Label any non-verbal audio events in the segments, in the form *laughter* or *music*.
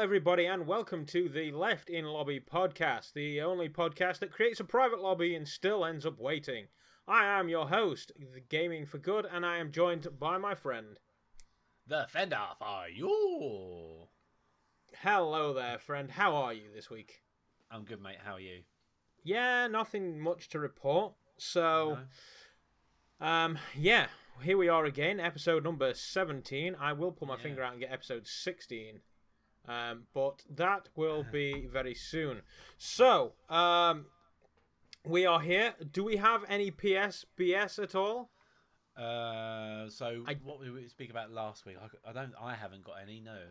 everybody, and welcome to the Left in Lobby podcast, the only podcast that creates a private lobby and still ends up waiting. I am your host, the Gaming for Good, and I am joined by my friend. The fend off are you? Hello there, friend. How are you this week? I'm good, mate. How are you? Yeah, nothing much to report. So, um, yeah, here we are again, episode number 17. I will pull my Yeah. finger out and get episode 16. Um, but that will be very soon. So, um, we are here. Do we have any PSBS at all? No. Uh, so I- what we we speak about last week, I, I don't, I haven't got any. No.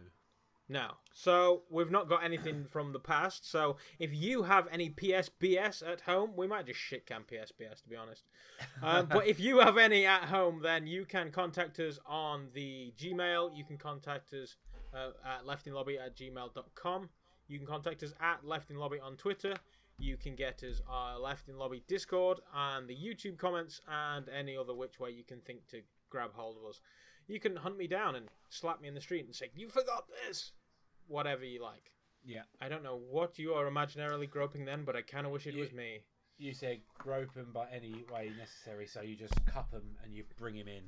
No. So, we've not got anything from the past. So, if you have any PSBS at home, we might just shit can PSBS, to be honest. *laughs* um, but if you have any at home, then you can contact us on the Gmail. You can contact us uh, at leftinlobby at gmail.com. You can contact us at leftinlobby on Twitter. You can get us our Left in Lobby Discord and the YouTube comments and any other which way you can think to grab hold of us. You can hunt me down and slap me in the street and say, You forgot this! Whatever you like. Yeah. I don't know what you are imaginarily groping then, but I kind of wish it You- was me. you said grope him by any way necessary, so you just cup him and you bring him in.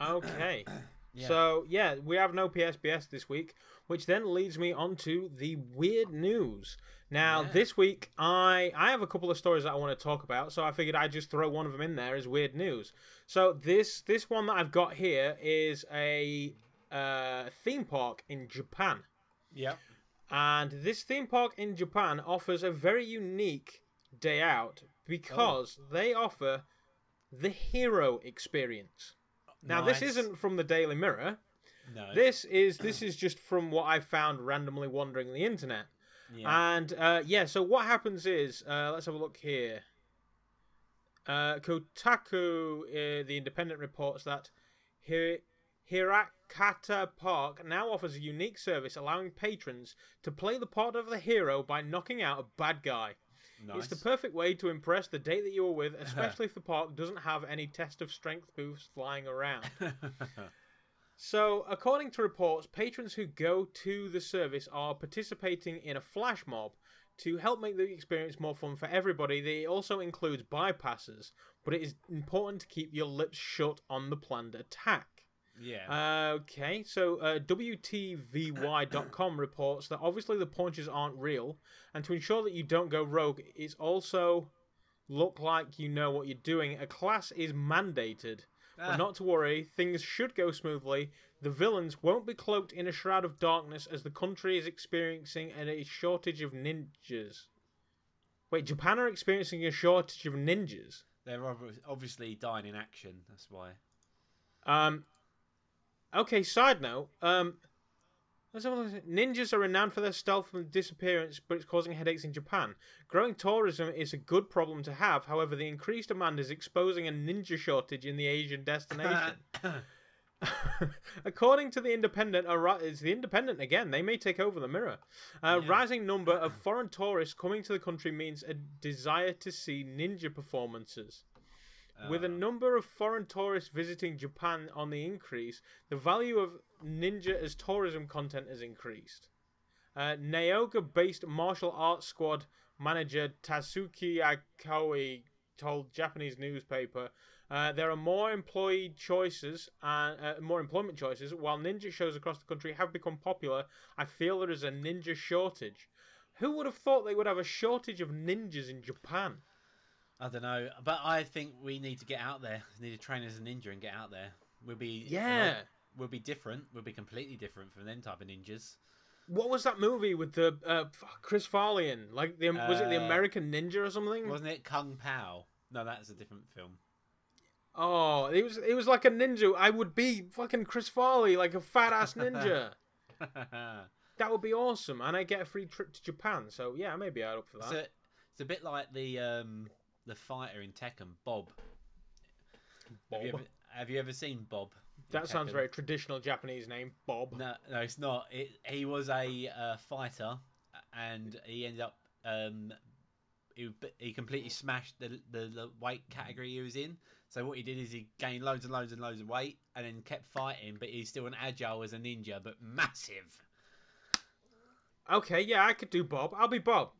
Okay. *clears throat* Yeah. So yeah, we have no PSBS this week, which then leads me on to the weird news. Now Yeah. this week, I I have a couple of stories that I want to talk about, so I figured I'd just throw one of them in there as weird news. So this this one that I've got here is a uh, theme park in Japan, Yep. and this theme park in Japan offers a very unique day out Oh. because they offer the hero experience. Now this Nice. isn't from the Daily Mirror. No. This is *clears throat* this is just from what I found randomly wandering the internet. Yeah. And uh, yeah, so what happens is, uh, let's have a look here. Uh, Kotaku, uh, the Independent, reports that Hi- Hirakata Park now offers a unique service allowing patrons to play the part of the hero by knocking out a bad guy. nice. It's the perfect way to impress the date that you were *laughs* with, especially if the park doesn't have any test of strength booths flying around. So, according to reports, patrons who go to the service are participating in a flash mob to help make the experience more fun for everybody. They also includes bypasses, but it is important to keep your lips shut on the planned attack. *laughs* Uh, yeah. Okay, so uh, WTVY.com reports that obviously the punches aren't real, and to ensure that you don't go rogue, it's also look like you know what you're doing. A class is mandated Ah, but not to worry, things should go smoothly. The villains won't be cloaked in a shroud of darkness as the country is experiencing an- a shortage of ninjas. Wait, Japan are experiencing a shortage of ninjas? They're obvi- obviously dying in action. That's why. Um. Okay. Side note. Um. let's have a look. Ninjas are renowned for their stealth and disappearance, but it's causing headaches in Japan. Growing tourism is a good problem to have. However, the increased demand is exposing a ninja shortage in the Asian *laughs* destination. Uh, *laughs* According to the Independent, a ri- it's the Independent again. They may take over the Mirror. A Yeah. rising number of foreign tourists coming to the country means a desire to see ninja performances. With a Uh, number of foreign tourists visiting Japan on the increase, the value of ninja as tourism content has increased. Uh, Naoga based martial arts squad manager Tatsuki Akoi told Japanese newspaper uh, there are more employee choices and uh, more employment choices. While ninja shows across the country have become popular, I feel there is a ninja shortage. Who would have thought they would have a shortage of ninjas in Japan? I don't know, but I think we need to get out there. We need to train as a ninja and get out there. We'll be Yeah. We'll be different. We'll be completely different from them type of ninjas. What was that movie with the uh, fuck, Chris Farley in? Like, the, was it the Uh, American Ninja or something? Wasn't it Kung Pao? No, that's a different *laughs* film. Oh, it was it was like a ninja. I would be fucking Chris Farley, like a fat *laughs* ass ninja. that would be awesome, and I get a free trip to Japan. So yeah, maybe I'd up for that. So it's a bit like the um, the fighter in Tekken, Bob. Bob. Have, you ever, have you ever seen Bob? in that sounds Tekken? very traditional Japanese name, Bob. No, no, it's not. It, he was a uh, fighter, and he ended up. Um, he, he completely smashed the, the the weight Mm-hmm. category he was in. So what he did is he gained loads and loads and loads of weight, and then kept fighting. But he's still an agile as a ninja, but massive. Okay, yeah, I could do Bob. I'll be Bob.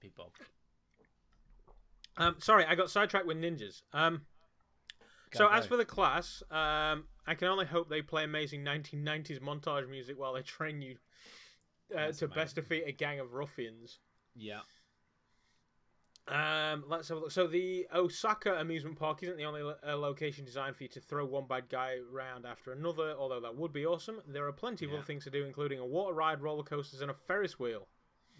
Be Bob. Um, sorry, I got sidetracked with ninjas. Um, so Go, as go. for the class, um, I can only hope they play amazing 1990s montage music while they train you uh, That's to best amazing. defeat a gang of ruffians. yeah, Um, let's have a look. So the Osaka amusement park isn't the only lo- uh, location designed for you to throw one bad guy around after another, although that would be awesome. There are plenty of Yeah. other things to do, including a water ride, roller coasters, and a Ferris wheel.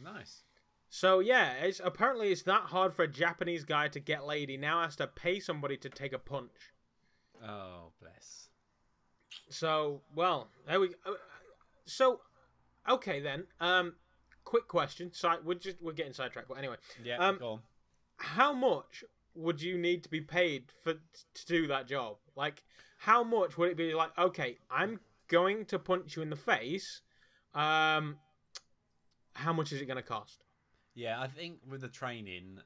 nice. So yeah, it's apparently it's that hard for a Japanese guy to get laid. He now has to pay somebody to take a punch. Oh bless. So well, there we. uh, So okay then. Um, quick question. Side, we're just we're getting sidetracked, but anyway, Yeah, Um, go on. how much would you need to be paid for to do that job? Like, how much would it be? Like, okay, I'm going to punch you in the face. Um, how much is it going to cost? Yeah, I think with the training,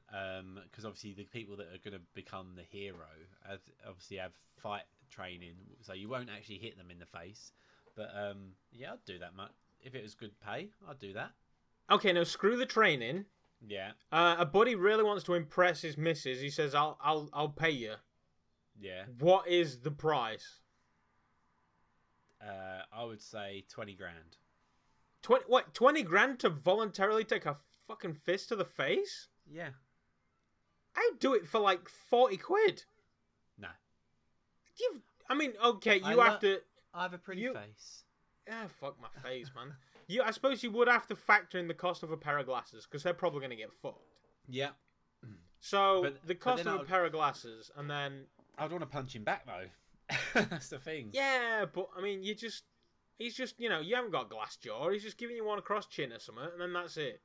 because obviously the people that are going to become the hero have, obviously have fight training, so you won't actually hit them in the face. But um, yeah, I'd do that much. If it was good pay, I'd do that. Okay, now screw the training. Yeah, Uh, a buddy really wants to impress his missus. He says, "I'll, I'll, I'll pay you." yeah. What is the price? Uh, I would say twenty grand. Twenty what? Twenty grand to voluntarily take a fucking fist to the face? Yeah. I'd do it for like forty quid. No. Give. I mean, okay, I you lo- have to. I have a pretty You- face. Ah, fuck my face, man. You, I suppose you would have to factor in the cost of a pair of glasses because they're probably gonna get fucked. Yeah. So But- the but cost then of a I'll- pair of glasses, and then I'd want to punch him back though. *laughs* That's the thing. Yeah, but I mean, you just. He's just, you know, you haven't got glass jaw. He's just giving you one across chin or something, and then that's it.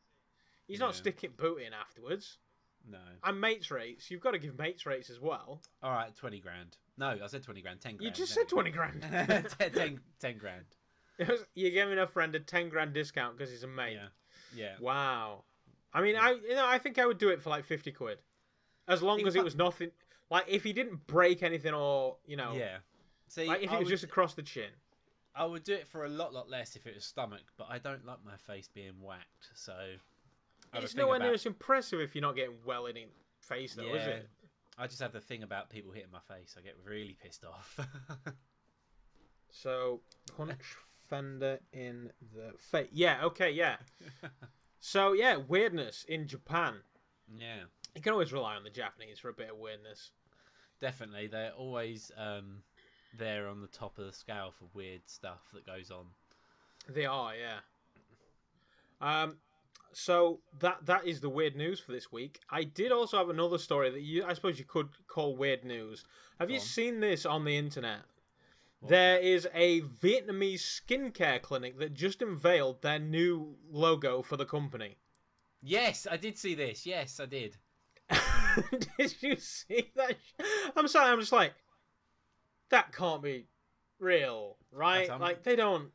He's not Yeah. sticking boot in afterwards. No. And mates rates, you've got to give mates rates as well. All right, twenty grand. No, I said twenty grand. Ten grand. you just there said 20 we go. *laughs* grand. ten, ten, ten grand. *laughs* It was- You're giving a friend a 10 grand discount because he's a mate. Yeah. Yeah. Wow. I mean, Yeah. I you know, I think I would do it for like 50 quid. As long Think as it about- was nothing. Like, if he didn't break anything or, you know. Yeah. See, Like, if I, it was would, just across the chin. I would do it for a lot, lot less if it was stomach, but I don't like my face being whacked, so. I have a It's thing nowhere near about- as impressive if you're not getting well in his face, though, is Yeah. it? I just have the thing about people hitting my face. I get really pissed off. *laughs* So punch Fender in the face. Yeah, okay, yeah. So yeah, weirdness in Japan. yeah, You can always rely on the Japanese for a bit of weirdness. definitely. They're always um, there on the top of the scale for weird stuff that goes on. They are, yeah. Um, so that that is the weird news for this week. I did also have another story that you, I suppose, you could call weird news. Have Go you on. seen this on the internet? What's There that? is a Vietnamese skincare clinic that just unveiled their new logo for the *laughs* company. *laughs* Yes, I did see this. Yes, I did. Did you see that? sh- I'm sorry, I'm just like, that can't be real, right? That's um, un- like they don't,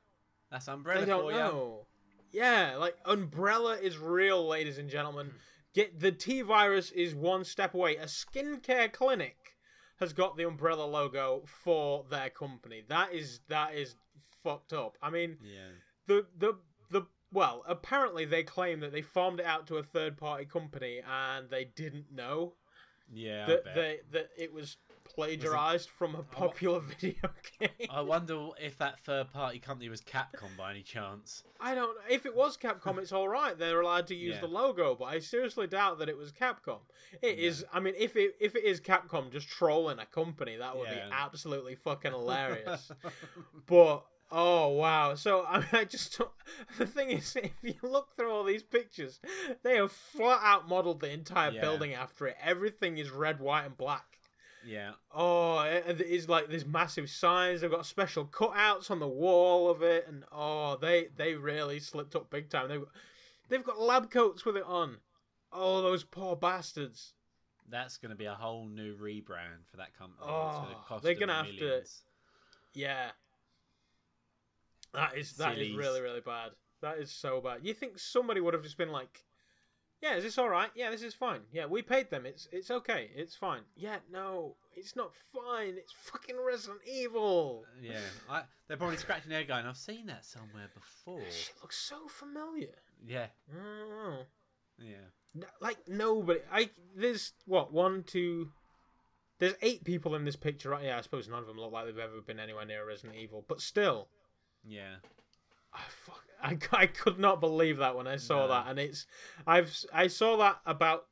That's umbrella they don't for you. know. Yeah, like Umbrella is real, ladies and Hmm. gentlemen. Get the T virus is one step away. A skincare clinic has got the Umbrella logo for their company. That is that is fucked up. I mean, Yeah. the the the well, apparently they claim that they farmed it out to a third party company and they didn't know Yeah. I that bet. they, that it was plagiarized from a popular *laughs* video game. I wonder if that third party company was Capcom by any chance. I don't know. If it was Capcom, it's all right. They're allowed to use Yeah. the logo, but I seriously doubt that it was Capcom. It is. Yeah. I mean, if it if it is Capcom, just trolling a company, that would Yeah. be absolutely *laughs* fucking *laughs* hilarious. but oh wow! So *laughs* I, mean, I just don't- the thing is, *laughs* if you look through all these pictures, they have flat out modelled the entire Yeah. building after it. Everything is red, white, and black. yeah. Oh, it, it's like there's massive signs. They've got special cutouts on the wall of it, and oh, they they really slipped up big time. They they've got lab coats with it on. Oh, those poor bastards. That's going to be a whole new rebrand for that company. it's going Oh, to cost they're them gonna have to- millions. Yeah, that is that is Sillies. really really bad. That is so bad. You think somebody would have just been like, yeah, is this all right? Yeah, this is fine. Yeah, we paid them. It's it's okay. It's fine. Yeah, no, it's not fine. It's fucking Resident Evil. Yeah, I, they're probably scratching their going. I've seen that somewhere before. That shit looks so familiar. Yeah, Mm. yeah. N- Like nobody. I there's what one two. There's eight people in this picture, right? Yeah, I suppose none of them look like they've ever been anywhere near Resident Evil, but still, Yeah, I fuck, I, c- I could not believe that when I saw No. that, and it's I've s- I saw that about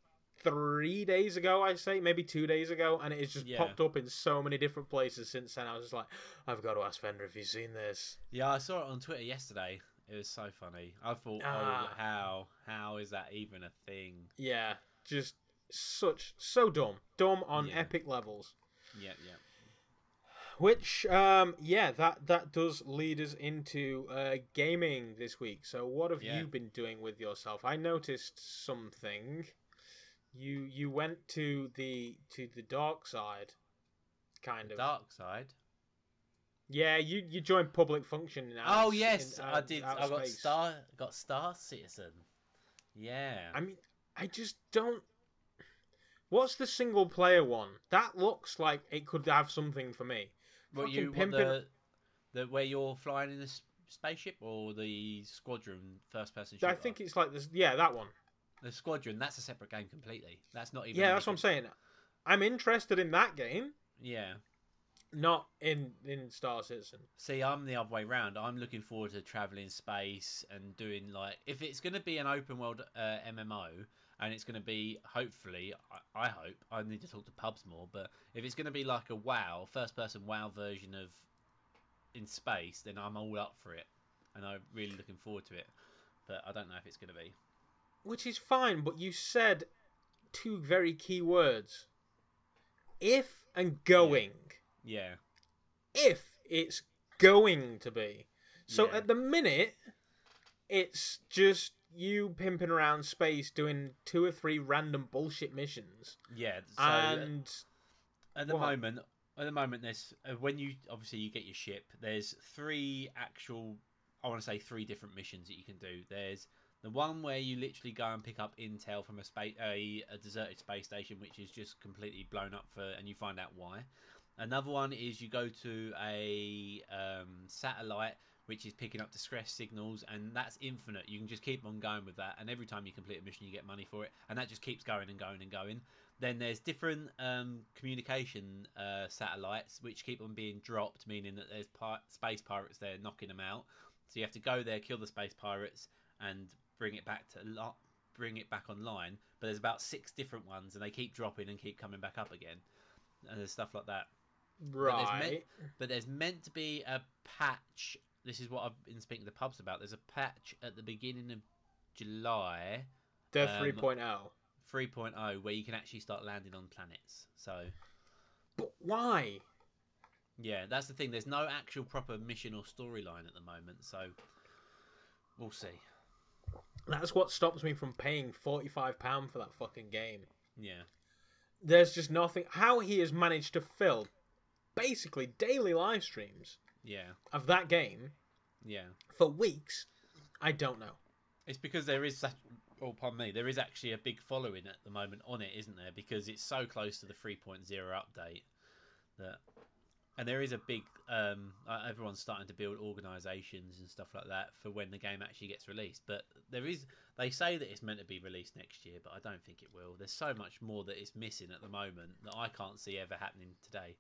three days ago, I say maybe two days ago, and it's just Yeah. popped up in so many different places since then. I was just like, I've got to ask Fender if he's seen this. yeah. I saw it on Twitter yesterday. It was so funny. I thought, Ah. oh, how how is that even a thing? Yeah, just such so dumb, dumb on Yeah. epic levels. Yeah, yeah. Which, um, yeah, that that does lead us into uh, gaming this week. So, what have Yeah. you been doing with yourself? I noticed something. You you went to the to the dark side, kind The of. dark side. Yeah, you you joined public function now. oh yes, um, I did. I got star got Star Citizen. Yeah. I mean, I just don't. What's the single player one? That looks like it could have something for me. What fucking you what pimping- the the where you're flying in the s- spaceship or the squadron first person shooter? I think it's like this. Yeah, that one. the squadron. That's a separate game completely. That's not even. Yeah, that's what I'm anything- saying. I'm interested in that game, Yeah. not in in Star Citizen. See, I'm the other way round. I'm looking forward to traveling space and doing like if it's going to be an open world uh, MMO and it's going to be hopefully I, I hope I need to talk to pubs more, but if it's going to be like a WoW first person WoW version of in space, then I'm all up for it and I'm really looking forward to it. But I don't know if it's going to be. Which is fine, but you said two very key words. If and going. Yeah. If it's going to be. So Yeah. at the minute it's just you pimping around space doing two or three random bullshit missions. Yeah. So uh, and at the What? moment at the moment there's uh, when you obviously you get your ship there's three actual i want to say three different missions that you can do there's the one where you literally go and pick up intel from a space a, a deserted space station which is just completely blown up for and you find out why another one is you go to a um, satellite which is picking up distress signals and that's infinite you can just keep on going with that and every time you complete a mission you get money for it and that just keeps going and going and going then there's different um, communication uh, satellites which keep on being dropped, meaning that there's pi- space pirates there knocking them out. So you have to go there, kill the space pirates, and bring it back to lo- bring it back online. But there's about six different ones, and they keep dropping and keep coming back up again, and there's stuff like that there's right. men- but there's meant to be a patch. This is what I've been speaking to the pubs about. There's a patch at the beginning of July the um, 3.0. 3.0 where you can actually start landing on planets. So But why? Yeah, that's the thing. There's no actual proper mission or storyline at the moment, so we'll see. That's what stops me from paying forty-five pound for that fucking game. Yeah, There's just nothing. How he has managed to fill basically daily live streams yeah, of that game yeah. for weeks, I don't know. It's because there is such. Oh, pardon me. There is actually a big following at the moment on it, isn't there? Because it's so close to the 3.0 update that, and there is a big. Um, uh, everyone's starting to build organisations and stuff like that for when the game actually gets released. But there is. They say that it's meant to be released next year, but I don't think it will. There's so much more that is missing at the moment that I can't see ever happening today.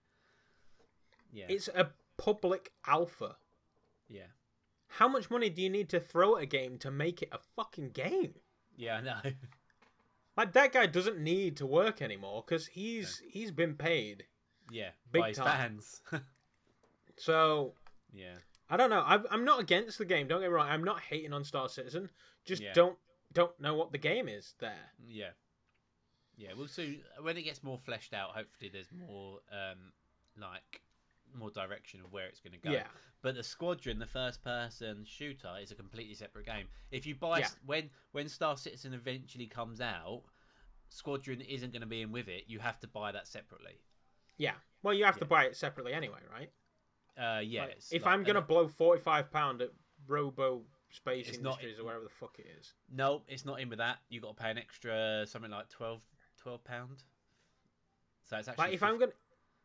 Yeah. It's a public alpha. yeah. How much money do you need to throw at a game to make it a fucking game? Yeah. I know. *laughs* Like that guy doesn't need to work anymore because he's he's been paid. yeah. Big by his time. fans. *laughs* So yeah. I don't know. I've, I'm not against the game. Don't get me wrong. I'm not hating on Star Citizen. Just Yeah. don't don't know what the game is there. Yeah. Yeah, we'll soon when it gets more fleshed out, hopefully there's more um like more direction of where it's going to go. Yeah. But the squadron, the first person shooter is a completely separate game. If you buy Yeah. s when when Star Citizen eventually comes out, Squadron isn't going to be in with it. You have to buy that separately. Well, you have to Yeah. buy it separately anyway, right? Uh yeah. Like, it's if like- I'm gonna blow forty-five pound at Robo Space It's not- Industries or wherever the fuck it is. No, it's not in with that. You got to pay an extra something like 12 12 pound. So it's actually Like if I'm 50 gonna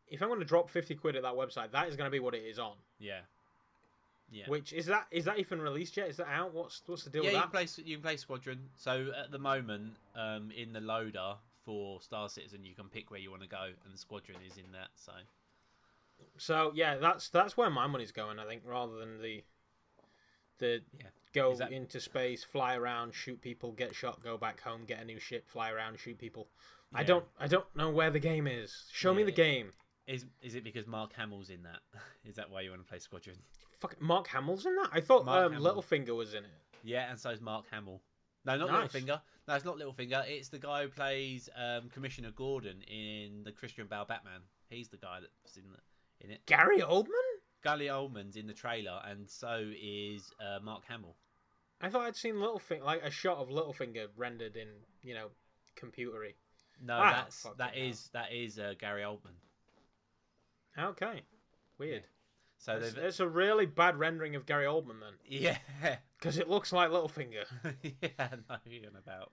if I'm gonna drop fifty quid at that website, that is gonna be what it is on. yeah. Yeah. Which is that is that even released yet? Is that out? What's what's the deal yeah, you with can that? play s- you can play squadron. So at the moment, um, in the loader for Star Citizen, you can pick where you want to go, and squadron is in that. So So yeah, that's that's where my money's going. I think rather than the the Yeah. go Is that- into space, fly around, shoot people, get shot, go back home, get a new ship, fly around, shoot people. I yeah. don't I don't know where the game is. Show me Yeah. the game. Is is it because Mark Hamill's in that? *laughs* Is that why you want to play squadron? Fuck, Mark Hamill's in that. I thought Mark um, Hamill. Littlefinger was in it. Yeah, and so is Mark Hamill. No, not Nice. Littlefinger. No, it's not Littlefinger. It's the guy who plays um, Commissioner Gordon in the Christian Bale Batman. He's the guy that's in the, in it. Gary Oldman? Gally Oldman's in the trailer, and so is uh, Mark Hamill. I thought I'd seen Littlefinger, like a shot of Littlefinger rendered in, you know, computery. No, Ah, that's fucking that hell. is that is uh, Gary Oldman. Okay, weird. So It's, they've it's a really bad rendering of Gary Oldman then, *laughs* yeah, because it looks like Littlefinger. *laughs* yeah, I know who you're on about.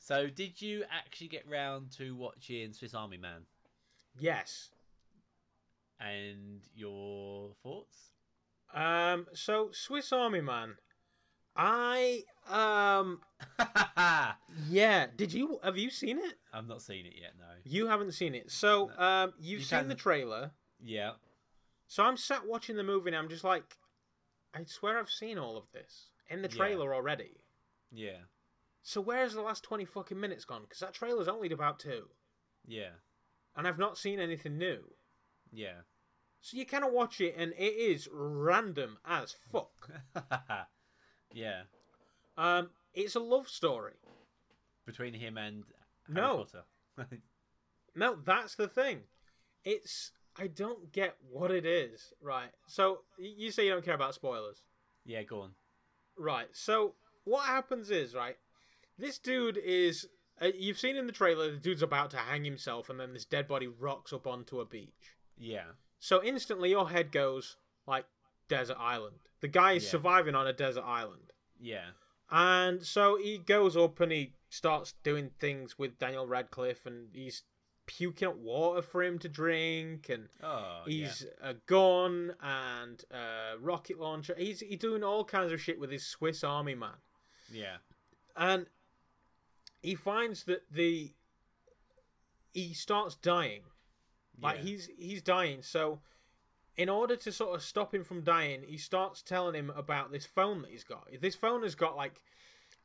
So did you actually get round to watching Swiss Army Man Yes. and your thoughts? *laughs* Um. So Swiss Army Man, I um. I've Yeah. Did you have you seen it? not seen it yet. No. You haven't seen it. So No. um, you've You seen can- the trailer. Yeah. So I'm sat watching the movie and I'm just like, I swear I've seen all of this in the Yeah. trailer already. Yeah. So where's the last 20 fucking minutes gone? Because that trailer's only about two. Yeah. And I've not seen anything new. Yeah. *laughs* So you cannot watch it and it is random as fuck. yeah. Um, it's a love story. Between him and Harry No, Potter. *laughs* no, that's the thing. It's. I don't get what it is. Right. So y- you say you don't care about spoilers. yeah. Go on. Right. So what happens is right. This dude is. Uh, you've seen in the trailer the dude's about to hang himself, and then this dead body rocks up onto a beach. Yeah. So instantly your head goes like desert island. The guy is Yeah. surviving on a desert island, Yeah. and so he goes up and he starts doing things with Daniel Radcliffe, and he's puking up water for him to drink, and Oh. he's a gun and a rocket launcher. He's he's doing all kinds of shit with his Swiss Army man yeah. and he finds that the he starts dying Yeah. like yeah. he's he's dying so in order to sort of stop him from dying he starts telling him about this phone that he's got this phone has got like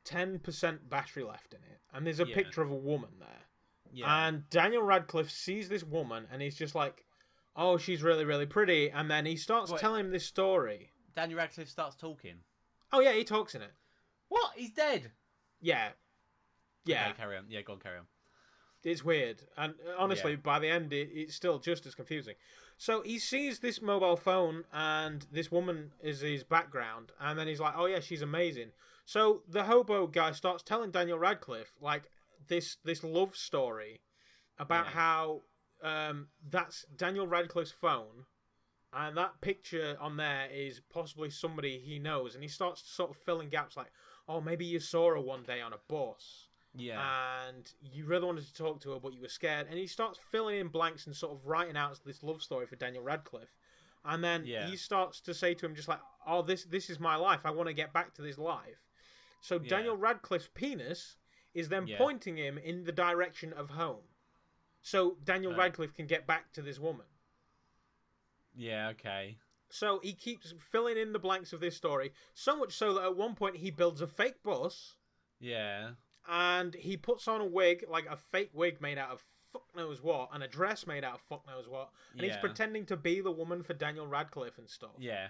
10% battery left in it and there's a Yeah. picture of a woman there Yeah. and daniel radcliffe sees this woman and he's just like oh she's really really pretty and then he starts Wait. telling him this story Daniel Radcliffe starts talking. oh yeah he talks in it What? He's dead. yeah yeah Okay, carry on. Yeah. Go on. Carry on. It's weird, and uh, honestly, by the end, it, it's still just as confusing. So he sees this mobile phone, and this woman is his background, and then he's like, "Oh yeah, she's amazing." So the hobo guy starts telling Daniel Radcliffe like this this love story about Yeah. how um, that's Daniel Radcliffe's phone, and that picture on there is possibly somebody he knows, and he starts sort of filling gaps like, "Oh, maybe you saw her one day on a bus." Yeah. Uh, and you really wanted to talk to her, but you were scared. And he starts filling in blanks and sort of writing out this love story for Daniel Radcliffe. And then Yeah. he starts to say to him, just like, "Oh, this this is my life. I want to get back to this life." So Yeah. Daniel Radcliffe's penis is then Yeah. pointing him in the direction of home, so Daniel Oh. Radcliffe can get back to this woman. yeah. Okay. So he keeps filling in the blanks of this story, so much so that at one point he builds a fake bus. Yeah. and he puts on a wig, like a fake wig made out of fuck knows what, and a dress made out of fuck knows what, and yeah. he's pretending to be the woman for Daniel Radcliffe and stuff. Yeah.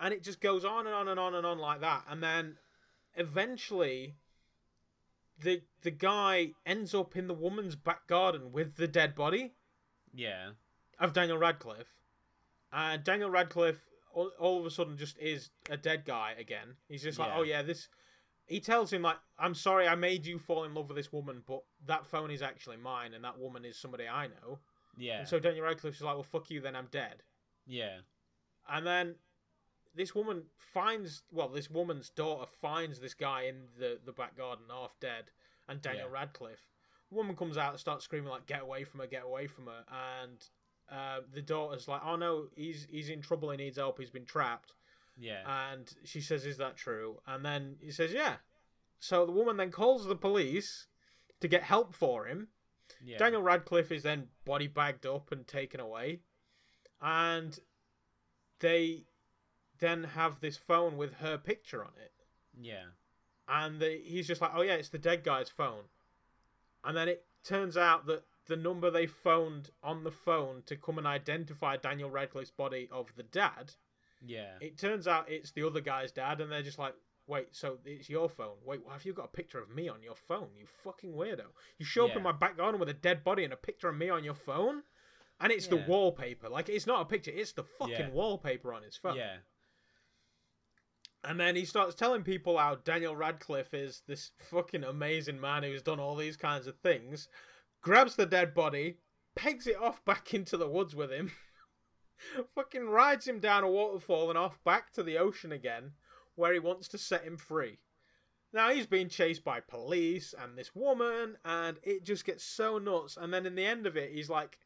And it just goes on and on and on and on like that, and then eventually, the the guy ends up in the woman's back garden with the dead body Yeah. of Daniel Radcliffe, and Daniel Radcliffe all, all of a sudden just is a dead guy again. He's just like, Yeah. oh yeah, this. He tells him like, I'm sorry, I made you fall in love with this woman, but that phone is actually mine, and that woman is somebody I know. Yeah. And so Daniel Radcliffe's like, well, fuck you, then I'm dead. yeah. And then this woman finds well, this woman's daughter finds this guy in the the back garden, half dead, and Daniel Yeah. Radcliffe. The woman comes out and starts screaming like, "Get away from her! Get away from her!" And uh, the daughter's like, "Oh no, he's he's in trouble. He needs help. He's been trapped." Yeah. And she says, Is that true? And then he says, Yeah. So the woman then calls the police to get help for him. yeah. Daniel Radcliffe is then body bagged up and taken away. And they then have this phone with her picture on it. Yeah. And they, he's just like, Oh, yeah, it's the dead guy's phone. And then it turns out that the number they phoned on the phone to come and identify Daniel Radcliffe's body of the dad Yeah. it turns out it's the other guy's dad, and they're just like, wait, so it's your phone. Wait, why have you got a picture of me on your phone? You fucking weirdo. You show up Yeah. in my back garden with a dead body and a picture of me on your phone? And it's Yeah. the wallpaper. Like, it's not a picture, it's the fucking Yeah. wallpaper on his phone. Yeah. And then he starts telling people how Daniel Radcliffe is this fucking amazing man who's done all these kinds of things, grabs the dead body, pegs it off back into the woods with him, *laughs* fucking rides him down a waterfall and off back to the ocean again, where he wants to set him free. Now he's being chased by police and this woman, and it just gets so nuts. And then in the end of it, he's like,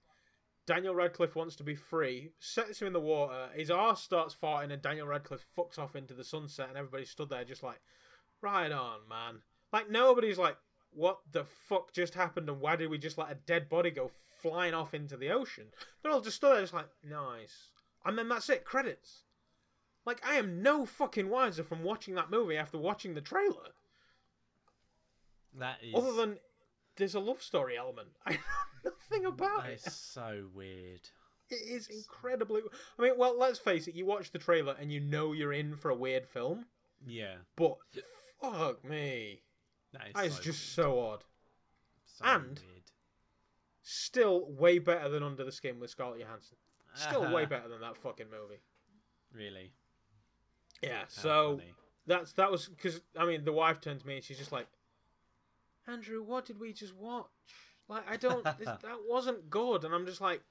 Daniel Radcliffe wants to be free, sets him in the water, his arse starts farting, and Daniel Radcliffe fucks off into the sunset, and everybody stood there just like, right on, man. Like, nobody's like, what the fuck just happened, and why did we just let a dead body go flying off into the ocean? They're all just stood there just like, nice. And then that's it, credits. Like, I am no fucking wiser from watching that movie after watching the trailer. That is. Other than there's a love story element. *laughs* I know nothing about that it. is so weird. It is incredibly. I mean, well, let's face it. You watch the trailer and you know you're in for a weird film, Yeah. but fuck me, That is, that is so, just so odd. so and- weird. Still, way better than Under the Skin with Scarlett Johansson. Still, way Uh-huh. better than that fucking movie. *laughs* Really. Yeah. How So funny. that's that was because I mean, the wife turned to me and she's just like, Andrew, what did we just watch? Like, I don't. *laughs* This, that wasn't good. And I'm just like,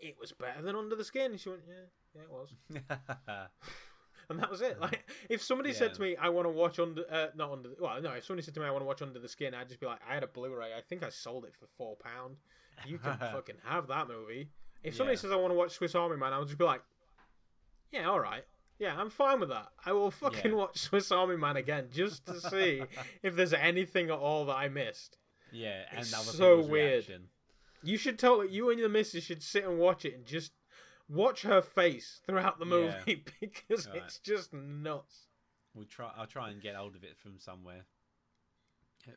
it was better than Under the Skin. And she went, yeah, yeah, it was. and that was it. Like, *laughs* if somebody said Yeah. to me, "I want to watch under," uh, not under. Well, no. If somebody said to me, "I want to watch Under the Skin," I'd just be like, "I had a Blu-ray. I think I sold it for four pound. *laughs* You *laughs* can fucking have that movie." If somebody Yeah. says, "I want to watch Swiss Army Man," I would just be like, "Yeah, all right. Yeah, I'm fine with that. I will fucking Yeah. watch Swiss Army Man again just to *laughs* see if there's anything at all that I missed." yeah, and It's other so people's weird. reaction. You should totally. You and your missus should sit and watch it and just watch her face throughout the movie *laughs* Yeah. because Right. it's just nuts. We'll try. I'll try and get hold of it from somewhere. Uh,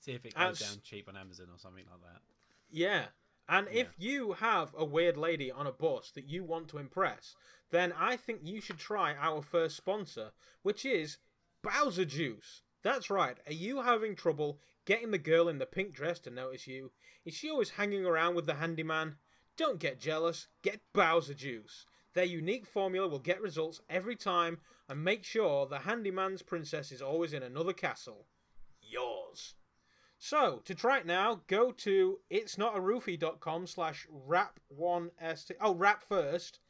See if it Uh, goes s- down cheap on Amazon or something like that. Yeah. And Yeah. if you have a weird lady on a bus that you want to impress, then I think you should try our first sponsor, which is Bowser Juice. That's right. Are you having trouble getting the girl in the pink dress to notice you? Is she always hanging around with the handyman? Don't get jealous. Get Bowser Juice. Their unique formula will get results every time and make sure the handyman's princess is always in another castle. Yours. So to try it now, go to it'snotaroofie.com slash wrap one st oh wrap first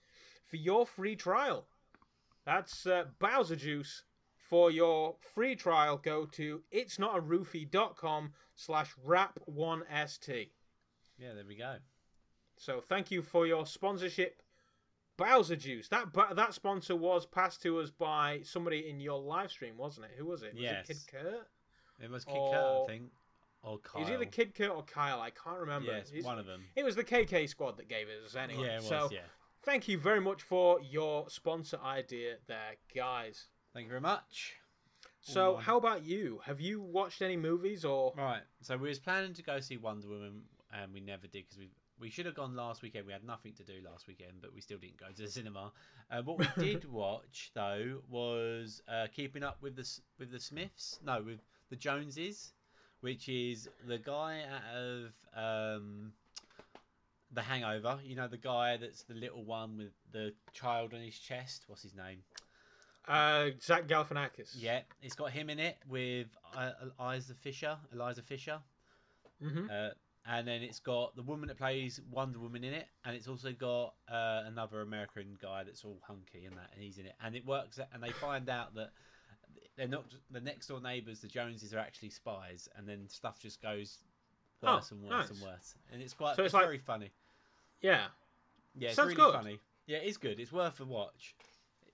for your free trial. That's uh, Bowser Juice for your free trial. Go to it'snotaroofie.com slash wrap one st. Yeah, there we go. So thank you for your sponsorship, Bowser Juice. That ba- that sponsor was passed to us by somebody in your live stream, wasn't it? Who was it? Was Yes. it Kid Kurt? It must kick out, Or- I think, or Kyle. It was either Kid Kurt or Kyle. I can't remember. Yes, It's- one of them. It was the KK squad that gave it us anyway. yeah, it was. so Yeah. thank you very much for your sponsor idea there, guys. Thank you very much. So Alright. how about you? Have you watched any movies or Right. So we was planning to go see Wonder Woman, and we never did because we we should have gone last weekend. We had nothing to do last weekend, but we still didn't go to the cinema. Uh, what we did watch though was uh, Keeping Up with the S- with the Smiths. No, with the Joneses, which is the guy out of um, The Hangover. You know the guy that's the little one with the child on his chest. What's his name? uh, Zach Galifianakis? Yeah, it's got him in it with uh, Eliza Fisher. Eliza Fisher hmm uh, and then it's got the woman that plays Wonder Woman in it, and it's also got uh, another American guy that's all hunky and that, and he's in it, and it works, and they find out that they're not the next door neighbors, the Joneses are actually spies, and then stuff just goes Oh, worse and worse and nice. worse, and it's quite So it's, it's like- very funny. Yeah. Yeah, it's Sounds really good. funny. Yeah, it's good. It's worth a watch.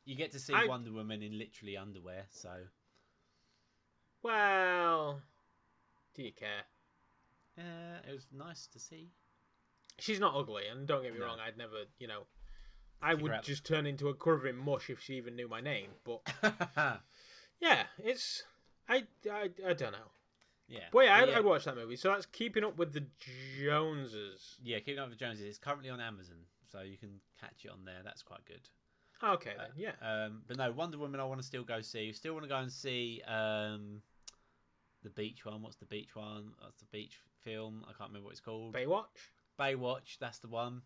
You get to see I- Wonder Woman in literally underwear, so Well, do you care? uh, it was nice to see. *laughs* She's not ugly, and don't get me No. wrong, I'd never, you know, I Kick her would out. just turn into a quivering mush if she even knew my name. But yeah, it's I I, I don't know. yeah. But yeah, But I'd, I'd watch that movie. So that's keeping up with the Joneses. Yeah, Keeping Up with the Joneses. It's currently on Amazon, so you can catch it on there. That's quite good. Okay, Uh, then yeah. Um, but no, Wonder Woman. I want to still go see. Still want to go and see um, the beach one. What's the beach one? That's the beach film. I can't remember what it's called. Baywatch. Baywatch. That's the one.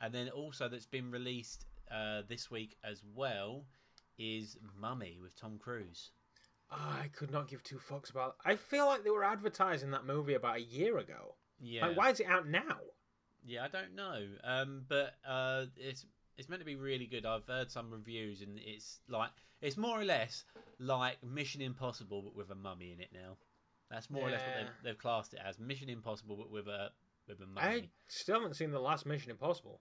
And then also that's been released uh, this week as well is Mummy with Tom Cruise. Oh, I could not give two fucks about. I feel like they were advertising that movie about a year ago. Yeah. Like, why is it out now? Yeah, I don't know. Um, but uh, it's it's meant to be really good. I've heard some reviews, and it's like it's more or less like Mission Impossible, but with a mummy in it now. That's more or less what Yeah. they've, they've classed it as Mission Impossible, but with a with a I mummy. still haven't seen the last Mission Impossible.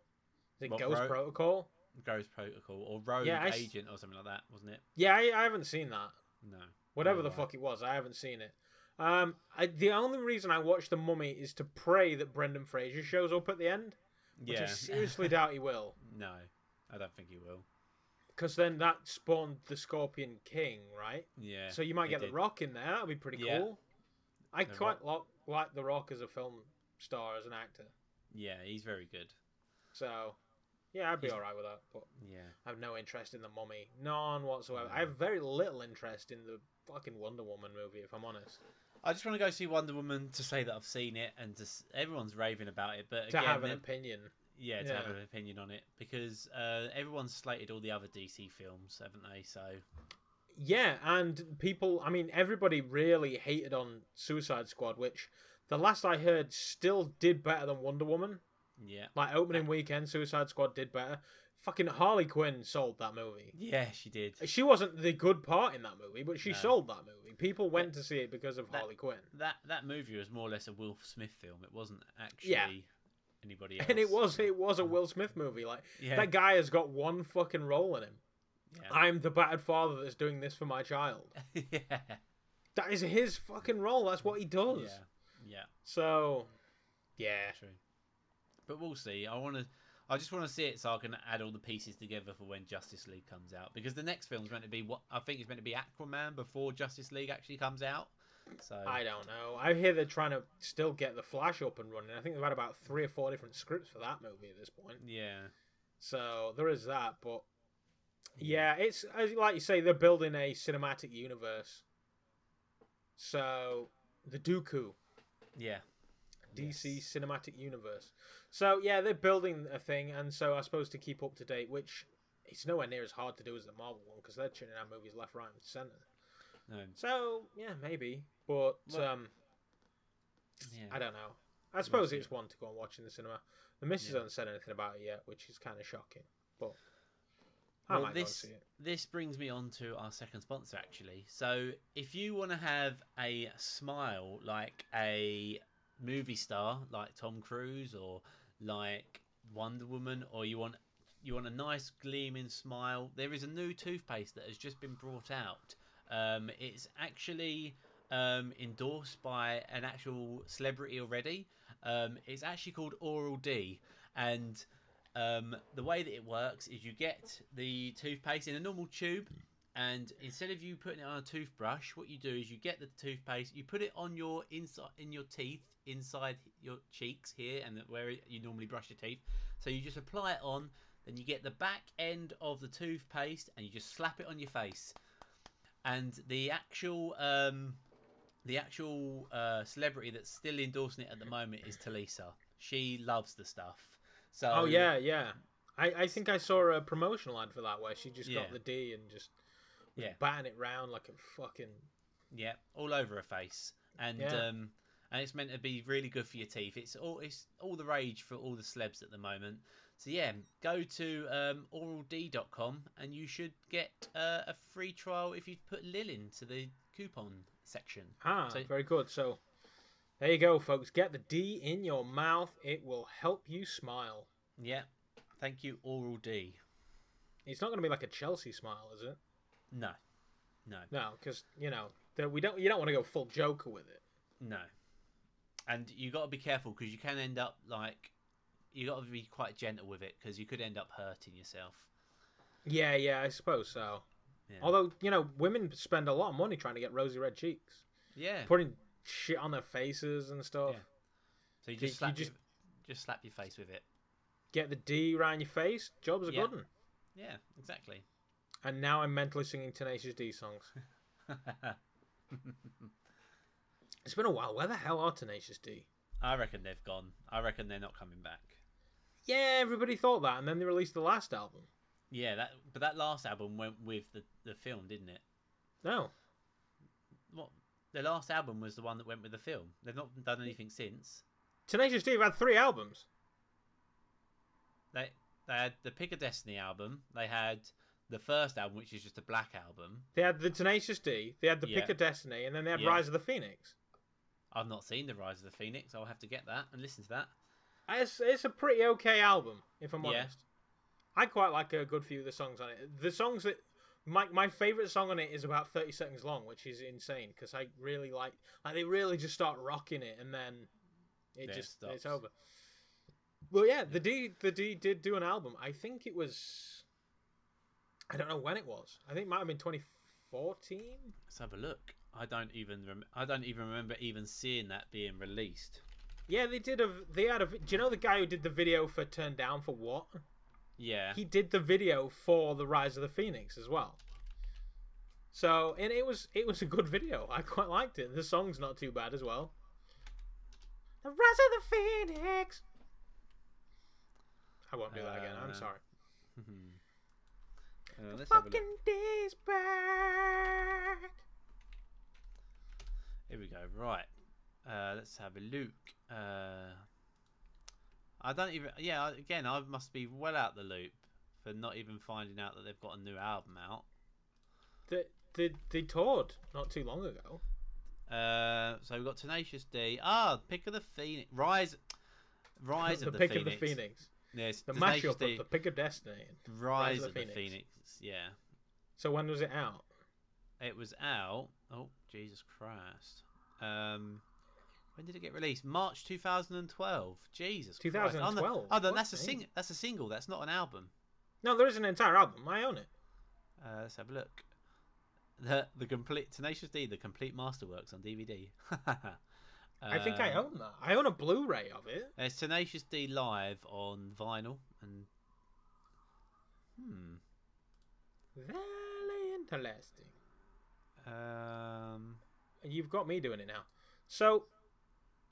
Is it What, Ghost Ro- Protocol? Ghost Protocol or Rogue Yeah, I s- Agent or something like that, wasn't it? Yeah, I, I haven't seen that. No. Whatever the Alright. fuck it was, I haven't seen it. Um, I, the only reason I watched The Mummy is to pray that Brendan Fraser shows up at the end, which yeah. I *laughs* seriously doubt he will, no, I don't think you will. because then that spawned the Scorpion King, right? Yeah. so you might it get The did. Rock in there. That would be pretty Yeah. cool. I The quite lo- like The Rock as a film star, as an actor. Yeah, he's very good. So, yeah, I'd be He's- all right with that. But Yeah. I have no interest in the mummy, none whatsoever. I No. have very little interest in the fucking Wonder Woman movie, if I'm honest. I just want to go see Wonder Woman to say that I've seen it, and just everyone's raving about it. But To again, have an then- opinion, yeah, to have Yeah. an opinion on it because uh, everyone's slated all the other DC films, haven't they? So yeah, and people, I mean, everybody really hated on Suicide Squad, which the last I heard still did better than Wonder Woman. yeah, Like opening weekend, Suicide Squad did better. Fucking Harley Quinn sold that movie. yeah, she did. She wasn't the good part in that movie, but she No. sold that movie. People went to see it because of That- Harley Quinn. That that movie was more or less a Will Smith film. It wasn't actually Yeah. anybody *laughs* else. And it was it was a Mm. Will Smith movie. Like yeah, that guy has got one fucking role in him. yeah. I'm the battered father that's doing this for my child. *laughs* yeah, That is his fucking role. That's what he does. yeah, yeah, So, yeah. true. But we'll see. I want to. I just want to see it so I can add all the pieces together for when Justice League comes out because the next film's meant to be what I think it's meant to be Aquaman before Justice League actually comes out. So I don't know. I hear they're trying to still get the Flash up and running. I think they've had about three or four different scripts for that movie at this point. yeah, So there is that. But yeah, it's as like you say, they're building a cinematic universe. So the Dooku yeah, DC Yes. Cinematic Universe. So yeah, they're building a thing, and so I suppose to keep up to date, which it's nowhere near as hard to do as the Marvel one because they're churning out movies left, right, and center. no, So yeah, maybe, but Well- um, yeah. I don't know. I suppose see. it's one to go and watch in the cinema. The missus Yeah. hasn't said anything about it yet, which is kind of shocking. But I Well, might this- go and see it. This brings me on to our second sponsor, actually. So, if you want to have a smile like a movie star, like Tom Cruise or like Wonder Woman, or you want you want a nice gleaming smile, there is a new toothpaste that has just been brought out. Um, it's actually um, endorsed by an actual celebrity already. Um, it's actually called Oral D, and um, the way that it works is you get the toothpaste in a normal tube, and instead of you putting it on a toothbrush, what you do is you get the toothpaste, you put it on your inside in your teeth, inside your cheeks here, and where you normally brush your teeth. So you just apply it on, then you get the back end of the toothpaste, and you just slap it on your face. And the actual um, the actual uh, celebrity that's still endorsing it at the moment is Talisa. She loves the stuff. So Oh yeah, yeah. I, I think I saw a promotional ad for that where she just Yeah. got the D and just was Yeah. batting it round like a fucking Yeah, all over her face. And Yeah. um, and it's meant to be really good for your teeth. It's all it's all the rage for all the celebs at the moment. So yeah, go to um, orald.com and you should get uh, a free trial if you put Lil into the coupon section. Ah, So- very good. So there you go, folks. Get the D in your mouth. It will help you smile. Yeah, thank you, Oral D. It's not going to be like a Chelsea smile, is it? No, No, because you know that we don't. You don't want to go full Joker with it. no, and you got to be careful because you can end up like you got to be quite gentle with it because you could end up hurting yourself. Yeah, yeah, I suppose so. Yeah. Although you know, women spend a lot of money trying to get rosy red cheeks, yeah. putting shit on their faces and stuff. Yeah. So you You- just slap you your, just slap your face with it. Get the D round your face. Job's a Yeah. good one. Yeah, exactly. *laughs* And now I'm mentally singing Tenacious D songs. It's been a while. Where the hell are Tenacious D? I reckon they've gone. I reckon they're not coming back. Yeah, everybody thought that, and then they released the last album. Yeah, that but that last album went with the, the film, didn't it? No. What the last album was the one that went with the film. They've not done anything since. Tenacious D have had three albums. They they had the Pick of Destiny album. They had the first album, which is just a black album. They had the Tenacious D, they had the Pick Yeah. of Destiny, and then they had Yeah. Rise of the Phoenix. I've not seen the Rise of the Phoenix. I'll have to get that and listen to that. Uh, It's, it's a pretty okay album, if I'm Yeah. honest. I quite like a good few of the songs on it. The songs that my my favorite song on it is about 30 seconds long, which is insane because I really like like they really just start rocking it and then it Yeah, it just stops. it's over. Well, yeah, the D the D did do an album. I think it was I don't know when it was. I think it might have been 2014. Let's have a look. I don't even rem- I don't even remember even seeing that being released. Yeah. Yeah, they did a they had a vi- do you know the guy who did the video for Turn Down for What? Yeah. *laughs* he did the video for the Rise of the Phoenix as well. So and it was it was a good video. I quite liked it. The song's not too bad as well. The Rise of the Phoenix. I won't do that again. I'm Uh, sorry. Uh, let's have a look. Fucking days back. Here we go. Right. Uh, let's have a look. Uh, I don't even. Yeah. I- Again, I must be well out the loop for not even finding out that they've got a new album out. They, they, they toured not too long ago. Uh, so we've got Tenacious D. Ah, Pick of the Phoenix. Rise. Rise the of the pick Phoenix. of the Phoenix. Yes, The Tenacious mashup D. of the pick of destiny. Rise, of the, Phoenix. Yeah. So when was it out? It was out. Oh, Jesus Christ. Um. When did it get released? March 2012. Jesus Christ. Oh, no- 2012. Oh, no, What that's a the sing. That's a single. That's not an album. No, there is an entire album. I own it. Uh, let's have a look. The the complete Tenacious D, the complete masterworks on *laughs* DVD. I think I Um, own that. I own a Blu-ray of it. There's Tenacious D live on vinyl and hmm Very interesting. um And You've got me doing it now. So,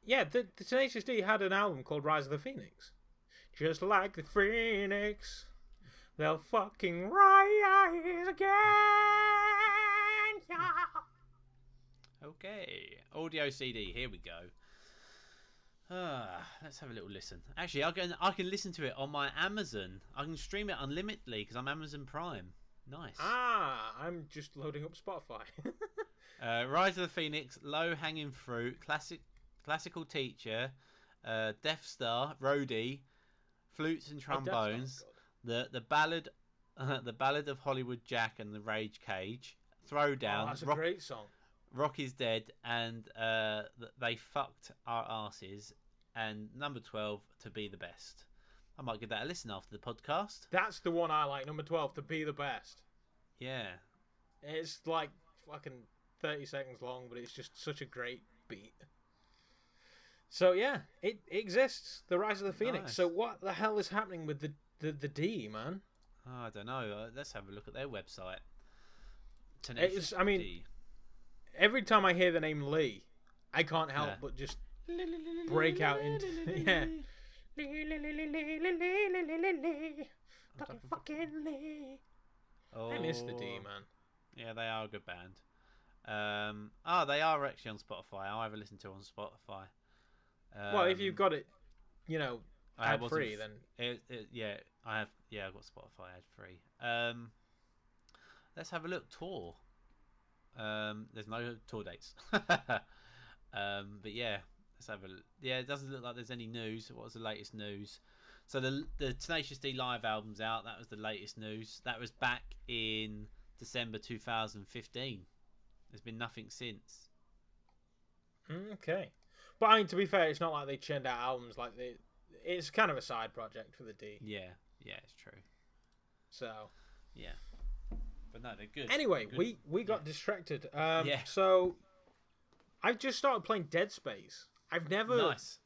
yeah, the, the Tenacious D had an album called Rise of the Phoenix. Just like the Phoenix, they'll fucking rise again. Yeah. okay audio CD. Here we go. Ah, let's have a little listen. Actually, I can I can listen to it on my Amazon. I can stream it unlimitedly because I'm Amazon Prime. Nice. Ah, I'm just loading up Spotify. *laughs* Uh, Rise of the Phoenix, Low Hanging Fruit, Classic Classical Teacher, uh, Death Star, Roadie, Flutes and Oh, that sounds Trombones, the the Ballad, *laughs* the Ballad of Hollywood Jack and the Rage Cage, good. Oh, Throwdown, that's a Rock, great song. Rock is Dead, and uh, th- they fucked our asses, and number twelve to be the best. I might give that a listen after the podcast. That's the one I like, number 12, to be the best. Yeah, It's like fucking 30 seconds long, but it's just such a great beat. So yeah, it, it exists. The Rise of the Phoenix. Nice. So what the hell is happening with the the, the D man? Oh, I don't know. Uh, Let's have a look at their website. It's- I mean, Every time I hear the name Lee, I can't help Yeah. but just break out into- yeah. Lee Lee Lee Lee Lee Lee Lee Lee Lee Lee Lee. Fucking fucking Lee. Oh, I miss the D man. Yeah, they are a good band. Um, oh, they are actually on Spotify. I ever listen to it on Spotify. Um, well, if you've got it, you know, I ad wasn't free, f- then It, it, yeah, I have. Yeah, I've got Spotify ad free. Um, let's have a look. Tour. Um, there's no tour dates. *laughs* um, but yeah, let's have a. l- Yeah, it doesn't look like there's any news. What was the latest news? So the the Tenacious D live album's out. That was the latest news. That was back in December 2015. There's been nothing since. Mm, okay. But I mean, to be fair, it's not like they churned out albums like they. It's kind of a side project for the D. Yeah, yeah, it's true. So But no, they're good. anyway, Good. we we got distracted. Um, Yeah. So I've just started playing Dead Space. I've never. nice.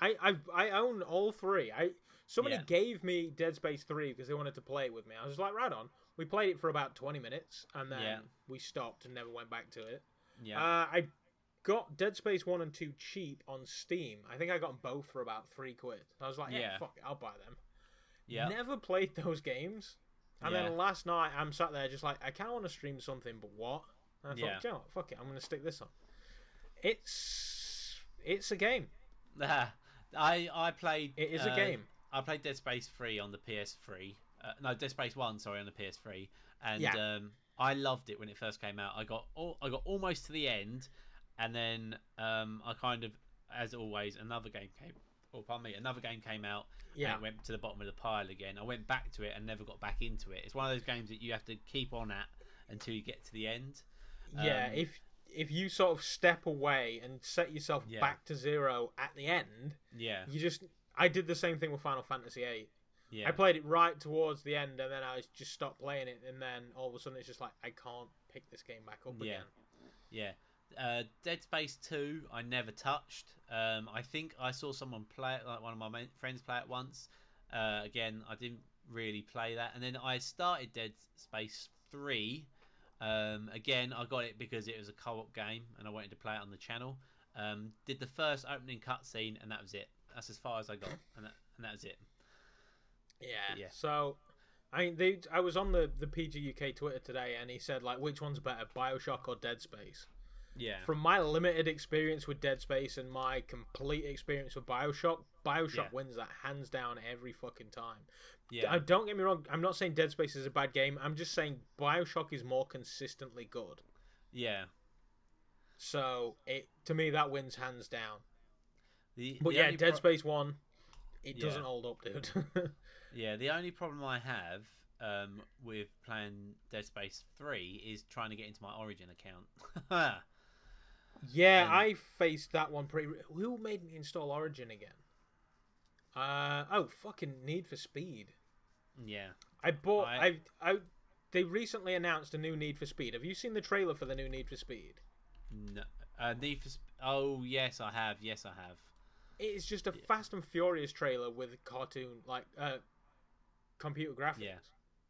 I, I I own all three. I somebody Yeah. gave me Dead Space three because they wanted to play it with me. I was like, right on. We played it for about twenty minutes and then Yeah. we stopped and never went back to it. Yeah. Uh, I got Dead Space one and two cheap on Steam. I think I got 'em both for about three quid. I was like, yeah, Yeah. fuck it, I'll buy them. yeah. Never played those games. And Yeah. then last night I'm sat there just like I kind of want to stream something, but what? And I thought, Yeah. "Do you know what? fuck it, I'm gonna stick this on. It's it's a game. *laughs* I I played. It is uh, a game. I played Dead Space 3 on the PS3. Uh, no, Dead Space 1, sorry, on the PS3. And Yeah. um, I loved it when it first came out. I got all, I got almost to the end, and then um, I kind of, as always, another game came. Oh, pardon me, another game came out. Yeah. And it went to the bottom of the pile again. I went back to it and never got back into it. It's one of those games that you have to keep on at until you get to the end. Yeah, Um, if if you sort of step away and set yourself Yeah. back to zero at the end, Yeah. you just I did the same thing with Final Fantasy VIII. Yeah. I played it right towards the end, and then I just stopped playing it, and then all of a sudden it's just like I can't pick this game back up Yeah. again. Yeah. Uh, Dead Space 2, I never touched. Um, I think I saw someone play it, like one of my ma- friends play it once. Uh, again, I didn't really play that. And then I started Dead Space 3. Um, again, I got it because it was a co op game and I wanted to play it on the channel. Um, did the first opening cutscene, and that was it. That's as far as I got, and that, and that was it. Yeah. Yeah. So, I mean, they, I was on the the PG UK Twitter today, and he said like, which one's better, Bioshock or Dead Space? Yeah. From my limited experience with Dead Space and my complete experience with Bioshock, Bioshock Yeah. wins that hands down every fucking time. Yeah. Uh, don't get me wrong. I'm not saying Dead Space is a bad game. I'm just saying Bioshock is more consistently good. Yeah. So it to me that wins hands down. The, But the yeah, only Dead pro- Space One, it Yeah. doesn't hold up, dude. *laughs* Yeah, the only problem I have um, with playing Dead Space 3 is trying to get into my Origin account. *laughs* yeah, Um, I faced that one pretty. re- Who made me install Origin again? Uh oh, fucking Need for Speed. yeah. I bought. I- I I. They recently announced a new Need for Speed. Have you seen the trailer for the new Need for Speed? No, uh, Need for Sp- Oh, yes, I have. Yes, I have. It is just a Yeah. Fast and Furious trailer with cartoon like uh, computer graphics. Yeah.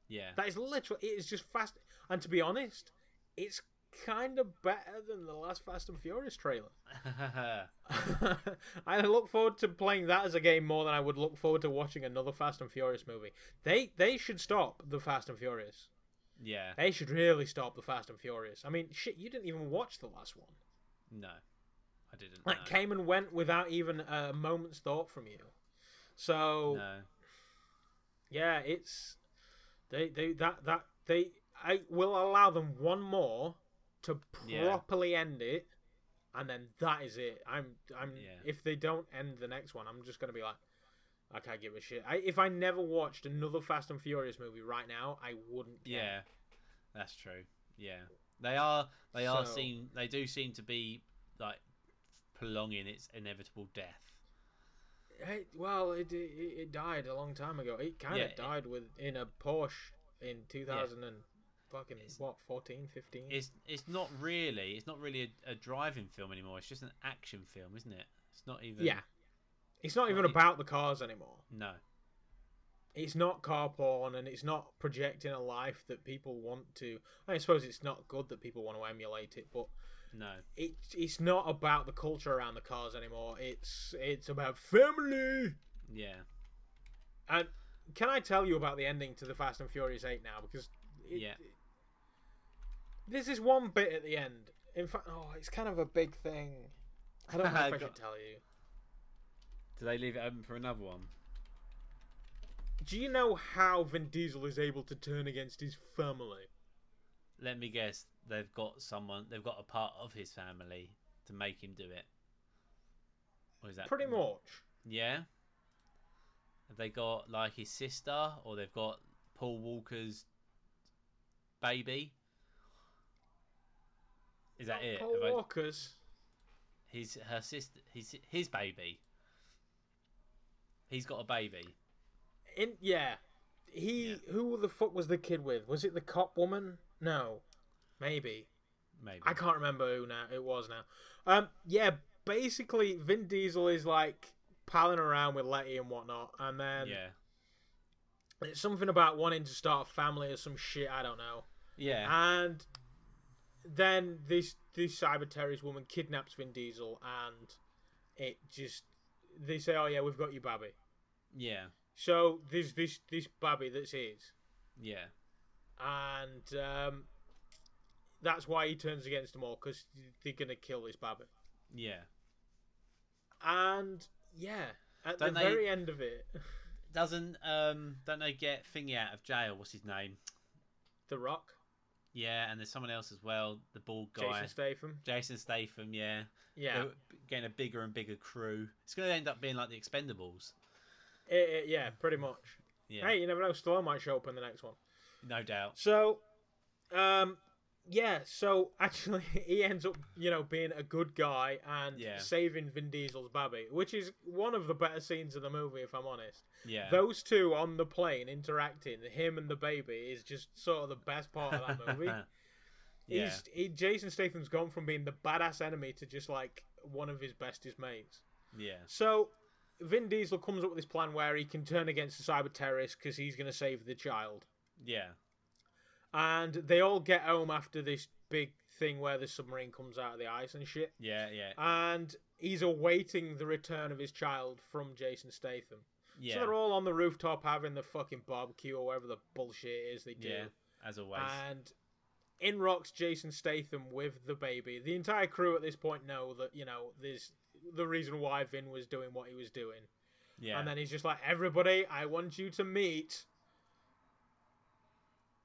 Yeah. *laughs* That is literal. It is just fast. And to be honest, it's kind of better than the last Fast and Furious trailer. *laughs* I look forward to playing that as a game more than I would look forward to watching another Fast and Furious movie. They they should stop the Fast and Furious. yeah. They should really stop the Fast and Furious. I mean, shit, you didn't even watch the last one. No, I didn't. That no. came and went without even a moment's thought from you. So No. yeah, it's they they that that they I will allow them one more to Yeah. properly end it, and then that is it. I'm I'm Yeah. if they don't end the next one, I'm just gonna be like, I can't give a shit. I, if I never watched another Fast and Furious movie right now, I wouldn't. Care. Yeah, that's true. Yeah, they are. They are So- seem. They do seem to be like prolonging its inevitable death. Hey, well, it, it it died a long time ago. It kind Yeah, of it- died with in a Porsche in 2000 and fucking It's- what 14, 15. it's it's not really it's not really a, a driving film anymore. It's just an action film, isn't it? It's not even. yeah, it's not even It- about the cars anymore. No. it's not car porn and it's not projecting a life that people want to i suppose it's not good that people want to emulate it but No. it, it's not about the culture around the cars anymore it's it's about family Yeah. can i tell you about the ending to the fast and furious 8 now because it- Yeah. this is one bit at the end In fact, oh, it's kind of a big thing. I don't know *laughs* if I should Got- tell you. Do they leave it open for another one? Do you know how Vin Diesel is able to turn against his family? Let me guess. They've got someone. They've got a part of his family to make him do it. Or is that Pretty much. Yeah. Have they got like his sister, or they've got Paul Walker's baby? Is that it? Paul Have I- Walker's. his her sister, his his baby. He's got a baby. In yeah, he Yeah. who the fuck was the kid with? Was it the cop woman? No, maybe Maybe. I can't remember who now it was now. Um, yeah, basically Vin Diesel is like palling around with Letty and whatnot, and then yeah. it's something about wanting to start a family or some shit. I don't know. Yeah. And then this this cyber terrorist woman kidnaps Vin Diesel, and it just they say, "Oh yeah, we've got you, Babby." Yeah. So there's this this Babby that's his, Yeah. and um, that's why he turns against them all because they're gonna kill this Babby. Yeah. And yeah, at Don't the they- very end of it, Doesn't um don't they get thingy out of jail? What's his name? The Rock, Yeah, and there's someone else as well. The bald guy. Jason Statham, Jason Statham. Yeah. yeah, They're getting a bigger and bigger crew. It's going to end up being like the Expendables. It- it- Eh, yeah, pretty much. Yeah, Hey, you never know, Stallone might show up in the next one. no doubt. So, um, yeah. So *laughs* actually, he ends up, you know, being a good guy and Yeah. saving Vin Diesel's babby, which is one of the better scenes of the movie, if I'm honest. Yeah, Those two on the plane interacting, him and the baby, is just sort of the best part of *laughs* that movie. yeah, He's he, Jason Statham's gone from being the badass enemy to just like one of his bestest mates. yeah, So. Vin Diesel comes up with this plan where he can turn against the cyber terrorist because he's going to save the child. yeah, and they all get home after this big thing where the submarine comes out of the ice and shit. yeah, yeah, And he's awaiting the return of his child from Jason Statham. yeah. So they're all on the rooftop having the fucking barbecue or whatever the bullshit is they do. Yeah, as always. And in rocks Jason Statham with the baby. The entire crew at this point know that, you know, there's the reason why Vin was doing what he was doing. yeah, And then he's just like, everybody, I want you to meet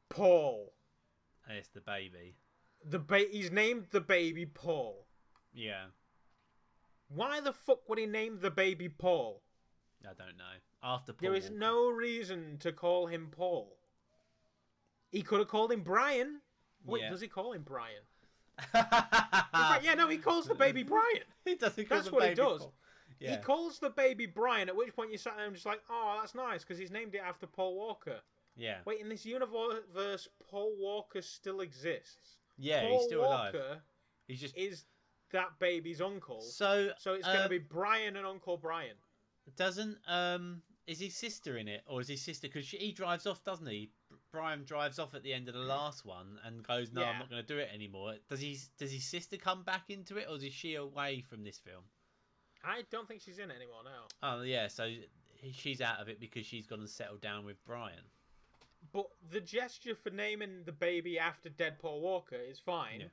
Paul. and it's the baby. The ba- he's named the baby Paul. Yeah, Why the fuck would he name the baby Paul? I don't know. After Paul, There is Walker. no reason to call him Paul. He could have called him Brian. Wait, Yeah. *laughs* Ah. does he call him Brian? In fact, yeah, no, he calls the *laughs* baby Brian. he doesn't. call That's the what he baby does. Paul. Yeah, He calls the baby Brian. At which point you sat there and just like, oh, that's nice because he's named it after Paul Walker. yeah, Wait, in this universe, Paul Walker still exists. yeah. Paul he's still alive. Walker He's just is that baby's uncle. so. So it's going uh, to be Brian and Uncle Brian. Doesn't um is his sister in it or is his sister because he drives off, doesn't he? Br- Brian drives off at the end of the last one and goes, "No, Yeah. I'm not going to do it anymore." Does he? Does his sister come back into it, or is she away from this film? I don't think she's in it anymore now. Oh yeah, so he- she's out of it because she's gone and settled down with Brian. But the gesture for naming the baby after dead Paul Walker is fine. Yeah.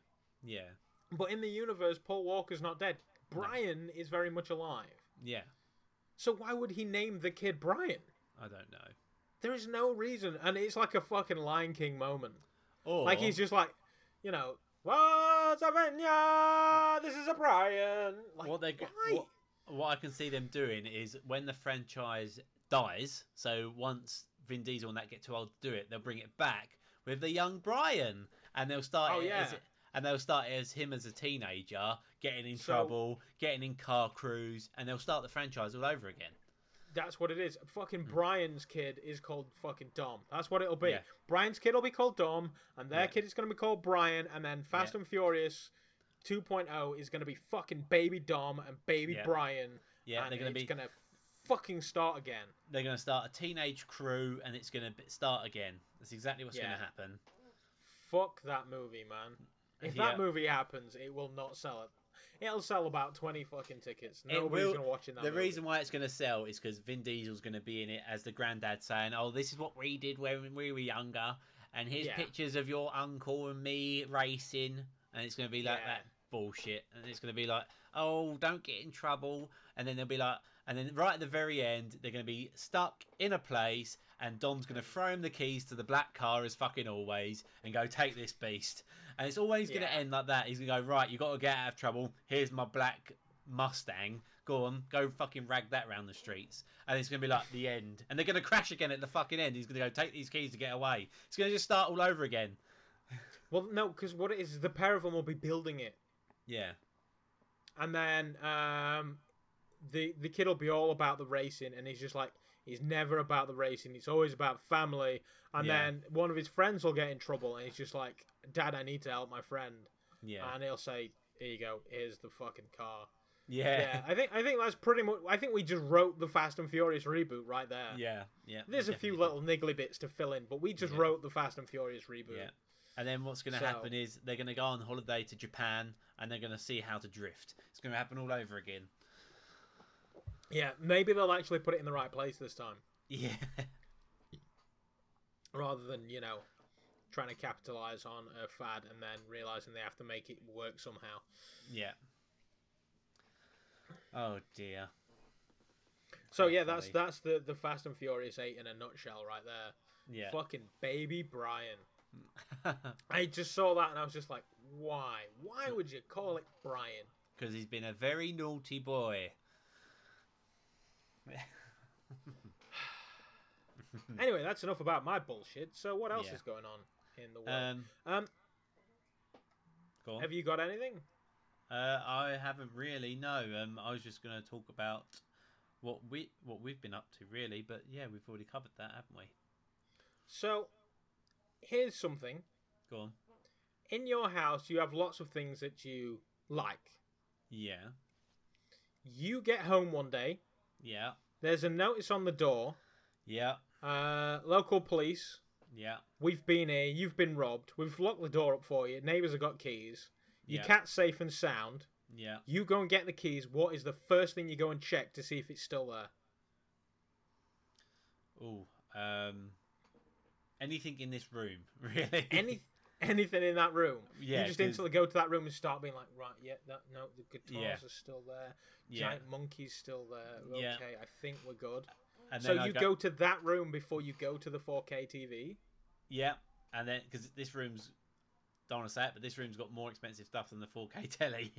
Yeah, But in the universe, Paul Walker's not dead. No. Brian is very much alive. yeah. So why would he name the kid Brian? I don't know. There is no reason, and it's like a fucking Lion King moment. Or Like he's just like, you know, what's a vineyard? This is a Brian. Like, what they why? what, what I can see them doing is when the franchise dies. So once Vin Diesel and that get too old to do it, they'll bring it back with the young Brian, and they'll start. Oh, it as, yeah. and they'll start it as him as a teenager, getting in So- trouble, getting in car crews, and they'll start the franchise all over again. That's what it is. Fucking Hmm. Brian's kid is called fucking Dom. That's what it'll be. Yeah. Brian's kid will be called Dom, and their Yeah. kid is going to be called Brian, and then Fast and Furious 2.0 is going to be fucking Baby Dom and Baby Yeah. Brian. Yeah, and they're gonna it's be going to fucking start again. they're gonna start a teenage crew, and it's gonna b- start again. That's exactly what's Yeah. gonna happen. Fuck that movie, man. If Yeah. that movie happens, it will not sell it. It'll sell about 20 fucking tickets. It Nobody's will- going to watch it that the movie. reason why it's going to sell is because Vin Diesel's going to be in it as the granddad saying, "Oh, this is what we did when we were younger, and here's Yeah. pictures of your uncle and me racing." and it's going to be like Yeah. that bullshit, and it's going to be like, oh, don't get in trouble, and then they'll be like, and then right at the very end, they're going to be stuck in a place, and Dom's going to throw him the keys to the black car as fucking always, and go take this beast, and it's always going to Yeah. end like that. He's going to go right, you got to get out of trouble. Here's my black Mustang. Go on, go fucking rag that round the streets, and it's gonna be like the end, and they're gonna crash again at the fucking end. He's gonna go take these keys to get away. It's gonna just start all over again. Well, no, because what it is is the pair of them will be building it, Yeah. and then um, the the kid will be all about the racing, and he's just like he's never about the racing. It's always about family. And Yeah. then one of his friends will get in trouble, and he's just like, "Dad, I need to help my friend," Yeah. and he'll say. Here you go. Here's the fucking car. yeah. Yeah, I think I think that's pretty much. I think we just wrote the Fast and Furious reboot right there. *laughs* Yeah. Yeah. There's a few definitely. little niggly bits to fill in, but we just Yeah. wrote the Fast and Furious reboot. Yeah. And then what's gonna So- happen is they're gonna go on holiday to Japan and they're gonna see how to drift. It's gonna happen all over again. *laughs* Yeah, maybe they'll actually put it in the right place this time, Yeah. rather than you know trying to capitalize on a fad and then realizing they have to make it work somehow. yeah. Oh dear. So yeah, that's Definitely. that's the the Fast and Furious eight in a nutshell right there. Yeah. Fucking baby Brian. *laughs* I just saw that and I was just like, why? Why would you call it Brian? Because he's been a very *laughs* naughty boy. Anyway, that's enough about my bullshit. So what else Yeah. is going on in the world? Um. Um, Go on. have you got anything? Uh, I haven't really. No. Um. I was just going to talk about what we what we've been up to really, but yeah, we've already covered that, haven't we? So here's something. Go on. In your house, you have lots of things that you like. Yeah. You get home one day. Yeah. There's a notice on the door. Yeah. Uh, local police. Yeah. We've been here. You've been robbed. We've locked the door up for you. Neighbours have got keys. Your Yeah. cat's safe and sound. Yeah. You go and get the keys. What is the first thing you go and check to see if it's still *laughs* there? Oh. Um. Anything in this room, *laughs* really? Any anything in that room? Yeah. you just 'cause- instantly go to that room and start being like, right, yeah, that, no, the guitars Yeah. are still there. Yeah. Giant monkey's still there. Okay, Yeah. I think we're good. And so then I you go... to that room before you go to the 4K TV. Yeah. And then because this room's don't want to say it, but this room's got more expensive stuff than the 4K *laughs* telly.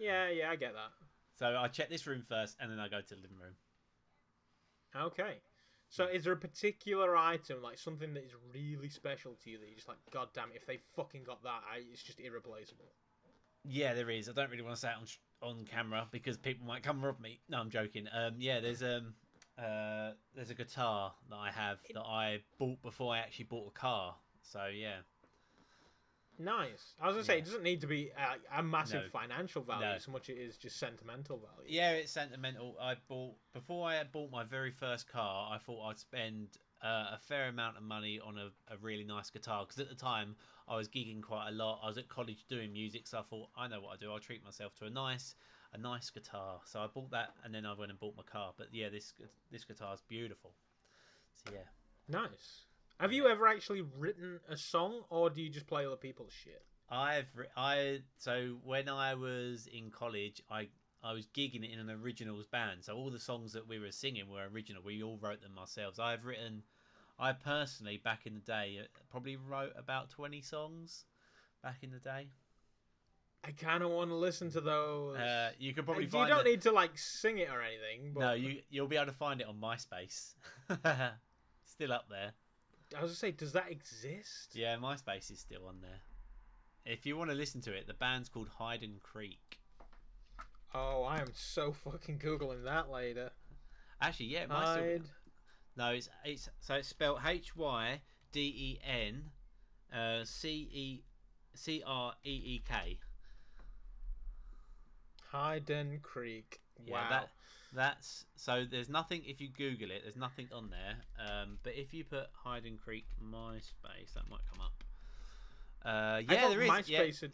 Yeah, yeah, I get that. so I check this room first, and then I go to the living room. Okay. So is there a particular item, like something that is really special to you that you're just like, God damn it, if they fucking got that, I, it's just irreplaceable. Yeah, there is. I don't really want to say it on sh- on camera because people might come rob me. No, I'm joking. Um, yeah, there's um, uh, there's a guitar that I have that I bought before I actually bought a car. So yeah, Nice. I was gonna say Yeah. it doesn't need to be uh, a massive No. financial value No. so much it is just sentimental value. yeah, it's sentimental. I bought before I had bought my very first car. I thought I'd spend uh, a fair amount of money on a, a really nice guitar because at the time I was gigging quite a lot. I was at college doing music, so I thought I know what I do. I'll treat myself to a nice a nice guitar. So I bought that, and then I went and bought my car. But yeah, this this guitar is beautiful. So yeah, Nice. Have you ever actually written a song, or do you just play other people's shit? I've re- I so when I was in college, I I was gigging in an originals band. So all the songs that we were singing were original. We all wrote them ourselves. I've written, I personally back in the day uh, probably wrote about twenty songs. Back in the day, I kind of want to listen to those. uh, you can probably you find don't it- need to like sing it or anything. But no you you'll be able to find it on MySpace. *laughs* still up there. I was gonna say, does that exist? Yeah, MySpace is still on there. If you want to listen to it, the band's called Hide and Creek. Oh, I am so fucking googling that later. Actually, yeah, it might still be- Hide. No, it's it's so it's spelled H Y D E N uh, C E C R E E K. Hyden Creek. Yeah, wow. that- That's so. There's nothing if you Google it. There's nothing on there. Um, but if you put Hyden Creek MySpace, that might come up. Uh, yeah, thought there is. yeah. MySpace had-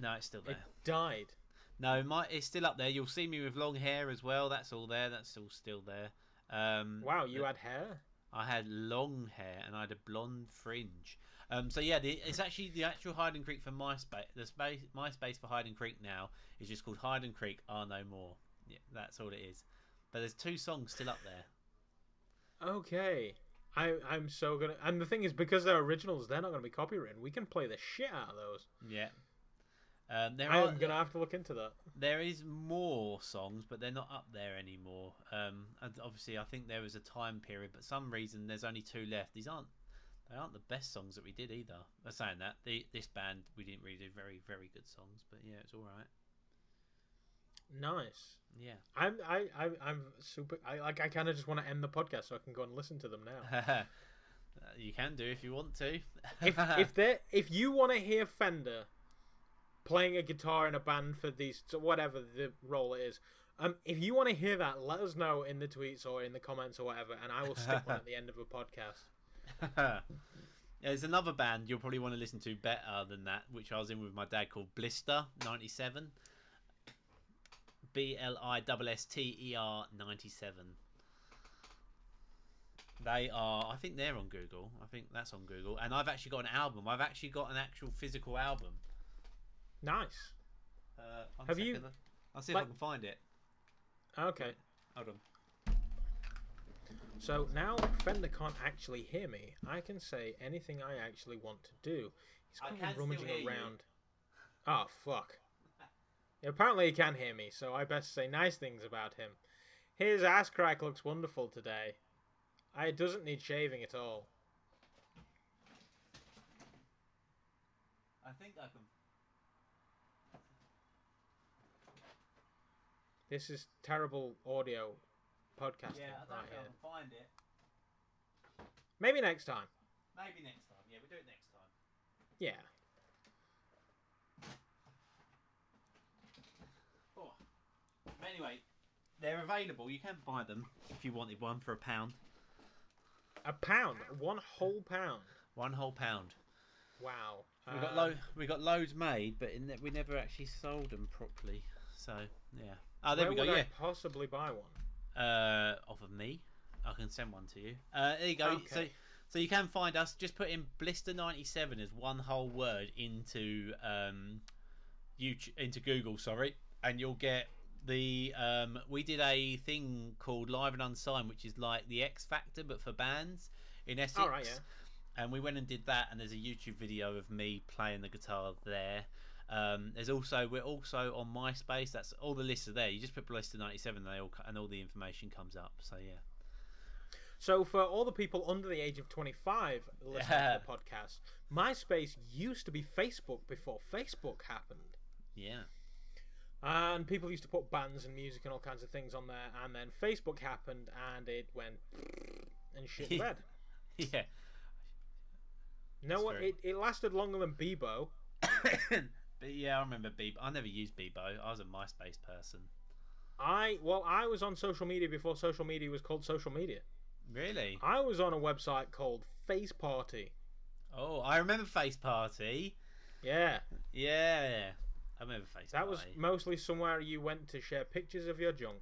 No, it's still it there. died. No, my it's still up there. You'll see me with long hair as well. That's all there. That's all still there. Um, Wow, you the- had hair. I had long hair and I had a blonde fringe. Um, so yeah, the, it's actually the actual Hiding Creek for MySpace. The space MySpace for Hiding Creek now is just called Hiding Creek Are No More. Yeah, that's all it is. But there's two songs still up there. Okay. I, I'm so gonna. And the thing is, because they're originals, they're not gonna be copywritten. We can play the shit out of those. Yeah. Um, there I'm are, gonna have to look into that. there is more songs, but they're not up there anymore. Um, and obviously, I think there was a time period, but some reason there's only two left. These aren't they aren't the best songs that we did either. I'm saying that the, this band we didn't really do very very good songs, but yeah, it's all right. Nice. Yeah. I'm I, I I'm super. I like. I kind of just want to end the podcast so I can go and listen to them now. *laughs* *laughs* Uh, you can do if you want to. if *laughs* if they if you want to hear Fender playing a guitar in a band for these so whatever the role it is, um, if you want to hear that, let us know in the tweets or in the comments or whatever, and I will stick one at the end of a podcast. There's another band you'll probably want to listen to better than that, which I was in with my dad called Blister 97. B L I S S T E R 97. They are, I think they're on Google. I think that's on Google. And I've actually got an album. I've actually got an actual physical album. Nice. Uh, one Have you- second. I'll see if Like- I can find it. Okay. Hold on. So now Fender can't actually hear me. I can say anything I actually want to do. He's I kind can of still rummaging hear you. around. Oh *laughs* fuck. Apparently he can hear me, so I best say nice things about him. His ass crack looks wonderful today. I it doesn't need shaving at all. I think I can. This is terrible audio podcasting right here. can find it. Maybe next time. Maybe next time. Yeah, we'll do it next time. Yeah. But anyway, they're available. You can buy them if you wanted one for a pound. A pound. One whole pound. One whole pound. Wow. We got Um, lo- we got loads made, but in that we never actually sold them properly. So yeah. Oh, there where we go. would I Yeah. possibly buy one? Uh, off of me, I can send one to you. Uh, there you go. So Okay. so you can find us. Just put in blister ninety seven as one whole word into um, YouTube into Google. Sorry, and you'll get the um we did a thing called live and unsigned which is like the x factor but for bands in essex All Oh, right, yeah. and we went and did that and there's a youtube video of me playing the guitar there um, there's also we're also on myspace that's all the lists are there you just put blister 97 and they all co- and all the information comes up so yeah So, for all the people under the age of 25 listening to *laughs* the podcast, MySpace used to be Facebook before Facebook happened. yeah *laughs* And people used to put bands and music and all kinds of things on there, and then Facebook happened and it went *laughs* and *laughs* shit red. yeah *coughs* No That's one, fair. it, it lasted longer than Bebo. but yeah i remember bebo i never used bebo i was a myspace person I, well, I was on social media before social media was called social media. really I was on a website called Face Party. oh i remember face party Yeah, yeah i remember face that party was mostly somewhere you went to share pictures of your junk.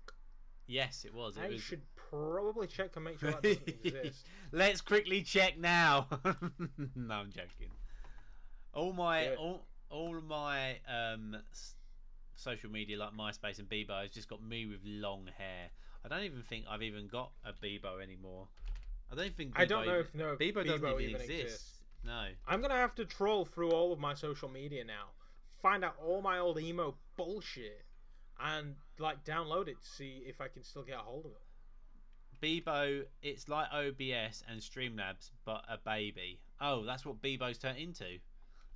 yes it was it I was should probably check and make sure that *laughs* doesn't exist. Let's quickly check now. *laughs* no, I'm joking. All my Do it. all, all my um s- social media like MySpace and Bebo has just got me with long hair. I don't even think I've even got a Bebo anymore. I don't think Bebo I don't know even, if no if Bebo doesn't even, exist. exists. No. I'm gonna have to troll through all of my social media now, find out all my old emo bullshit, and like download it to see if I can still get a hold of it. Bebo, it's like OBS and Streamlabs, but a baby. Oh, that's what Bebo's turned into.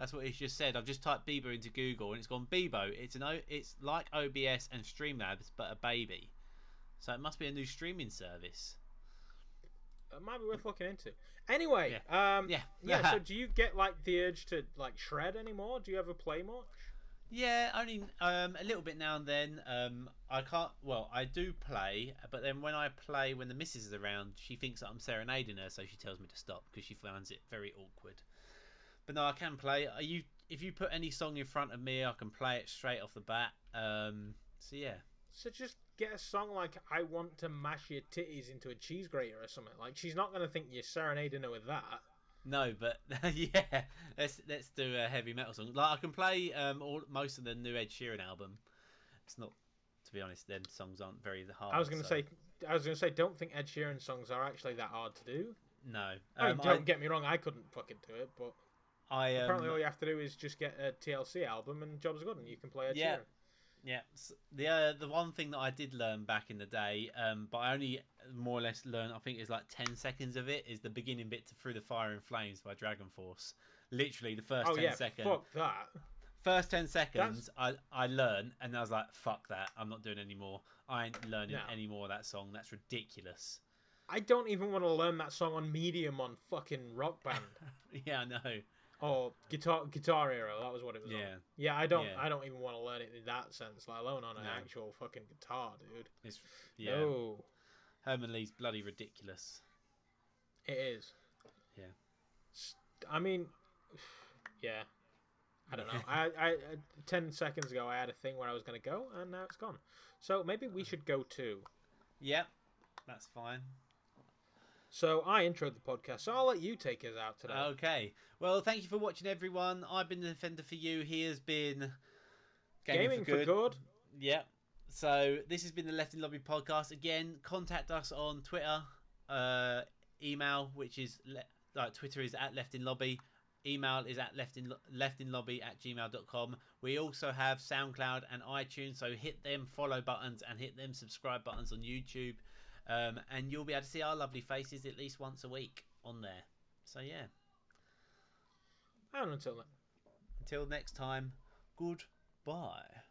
That's what it's just said. I've just typed Bebo into Google and it's gone Bebo. It's an o, it's like OBS and Streamlabs, but a baby. So it must be a new streaming service. It might be worth looking into. Anyway, um, Yeah. yeah. *laughs* so do you get like the urge to like shred anymore? Do you ever play much? Yeah, only um, a little bit now and then. Um, I can't. Well, I do play, but then when I play, when the missus is around, she thinks that I'm serenading her, so she tells me to stop because she finds it very awkward. But no, I can play. Are you? If you put any song in front of me, I can play it straight off the bat. Um, so yeah, So just get a song like "I Want to Mash Your Titties into a Cheese Grater" or something. Like she's not gonna think you're serenading her with that. No, but *laughs* yeah, let's let's do a heavy metal song. Like I can play um all most of the new Ed Sheeran album. It's not, to be honest, them songs aren't very hard. I was gonna Um, so- say, I was gonna say, don't think Ed Sheeran songs are actually that hard to do. no. I mean, Um, don't get me wrong, I couldn't fucking do it, but I, um, apparently all you have to do is just get a TLC album and job's good, and you can play Ed Yeah. Sheeran. Yeah, s the uh, the one thing that I did learn back in the day, um, but I only more or less learned, I think it's like ten seconds of it, is the beginning bit to "Through the Fire and Flames" by Dragon Force. Literally the first Oh ten yeah, second- fuck that. first ten seconds, I I learned, and I was like, "Fuck that! I'm not doing any more. I ain't learning No. any more of that song. That's ridiculous." *laughs* I don't even want to learn that song on Medium on fucking Rock *laughs* Band yeah, I know. or Guitar Guitar Hero. That was what it was. on. Yeah, Yeah, I don't. Yeah. I don't even want to learn it in that sense, let alone on an No. actual fucking guitar, dude. it's yeah. No, Herman Lee's bloody ridiculous. it is. Yeah. S- I mean, *sighs* yeah. I *laughs* don't know. I, I, I ten seconds ago I had a thing where I was gonna go, and now it's gone. So maybe we should go too. Yep, that's fine. So I introed the podcast, so I'll let you take us out today. Okay. Well, thank you for watching, everyone. I've been the defender for you. He has been Gaming, for good. Yep. So this has been the Left in Lobby podcast. Again, contact us on Twitter, uh, email, which is le- like Twitter is at Left in Lobby. Email is at left in lo- left in lobby at gmail.com. We also have SoundCloud and iTunes, so hit them follow buttons and hit them subscribe buttons on YouTube, um, and you'll be able to see our lovely faces at least once a week on there. So yeah. And until then. Until next time, goodbye.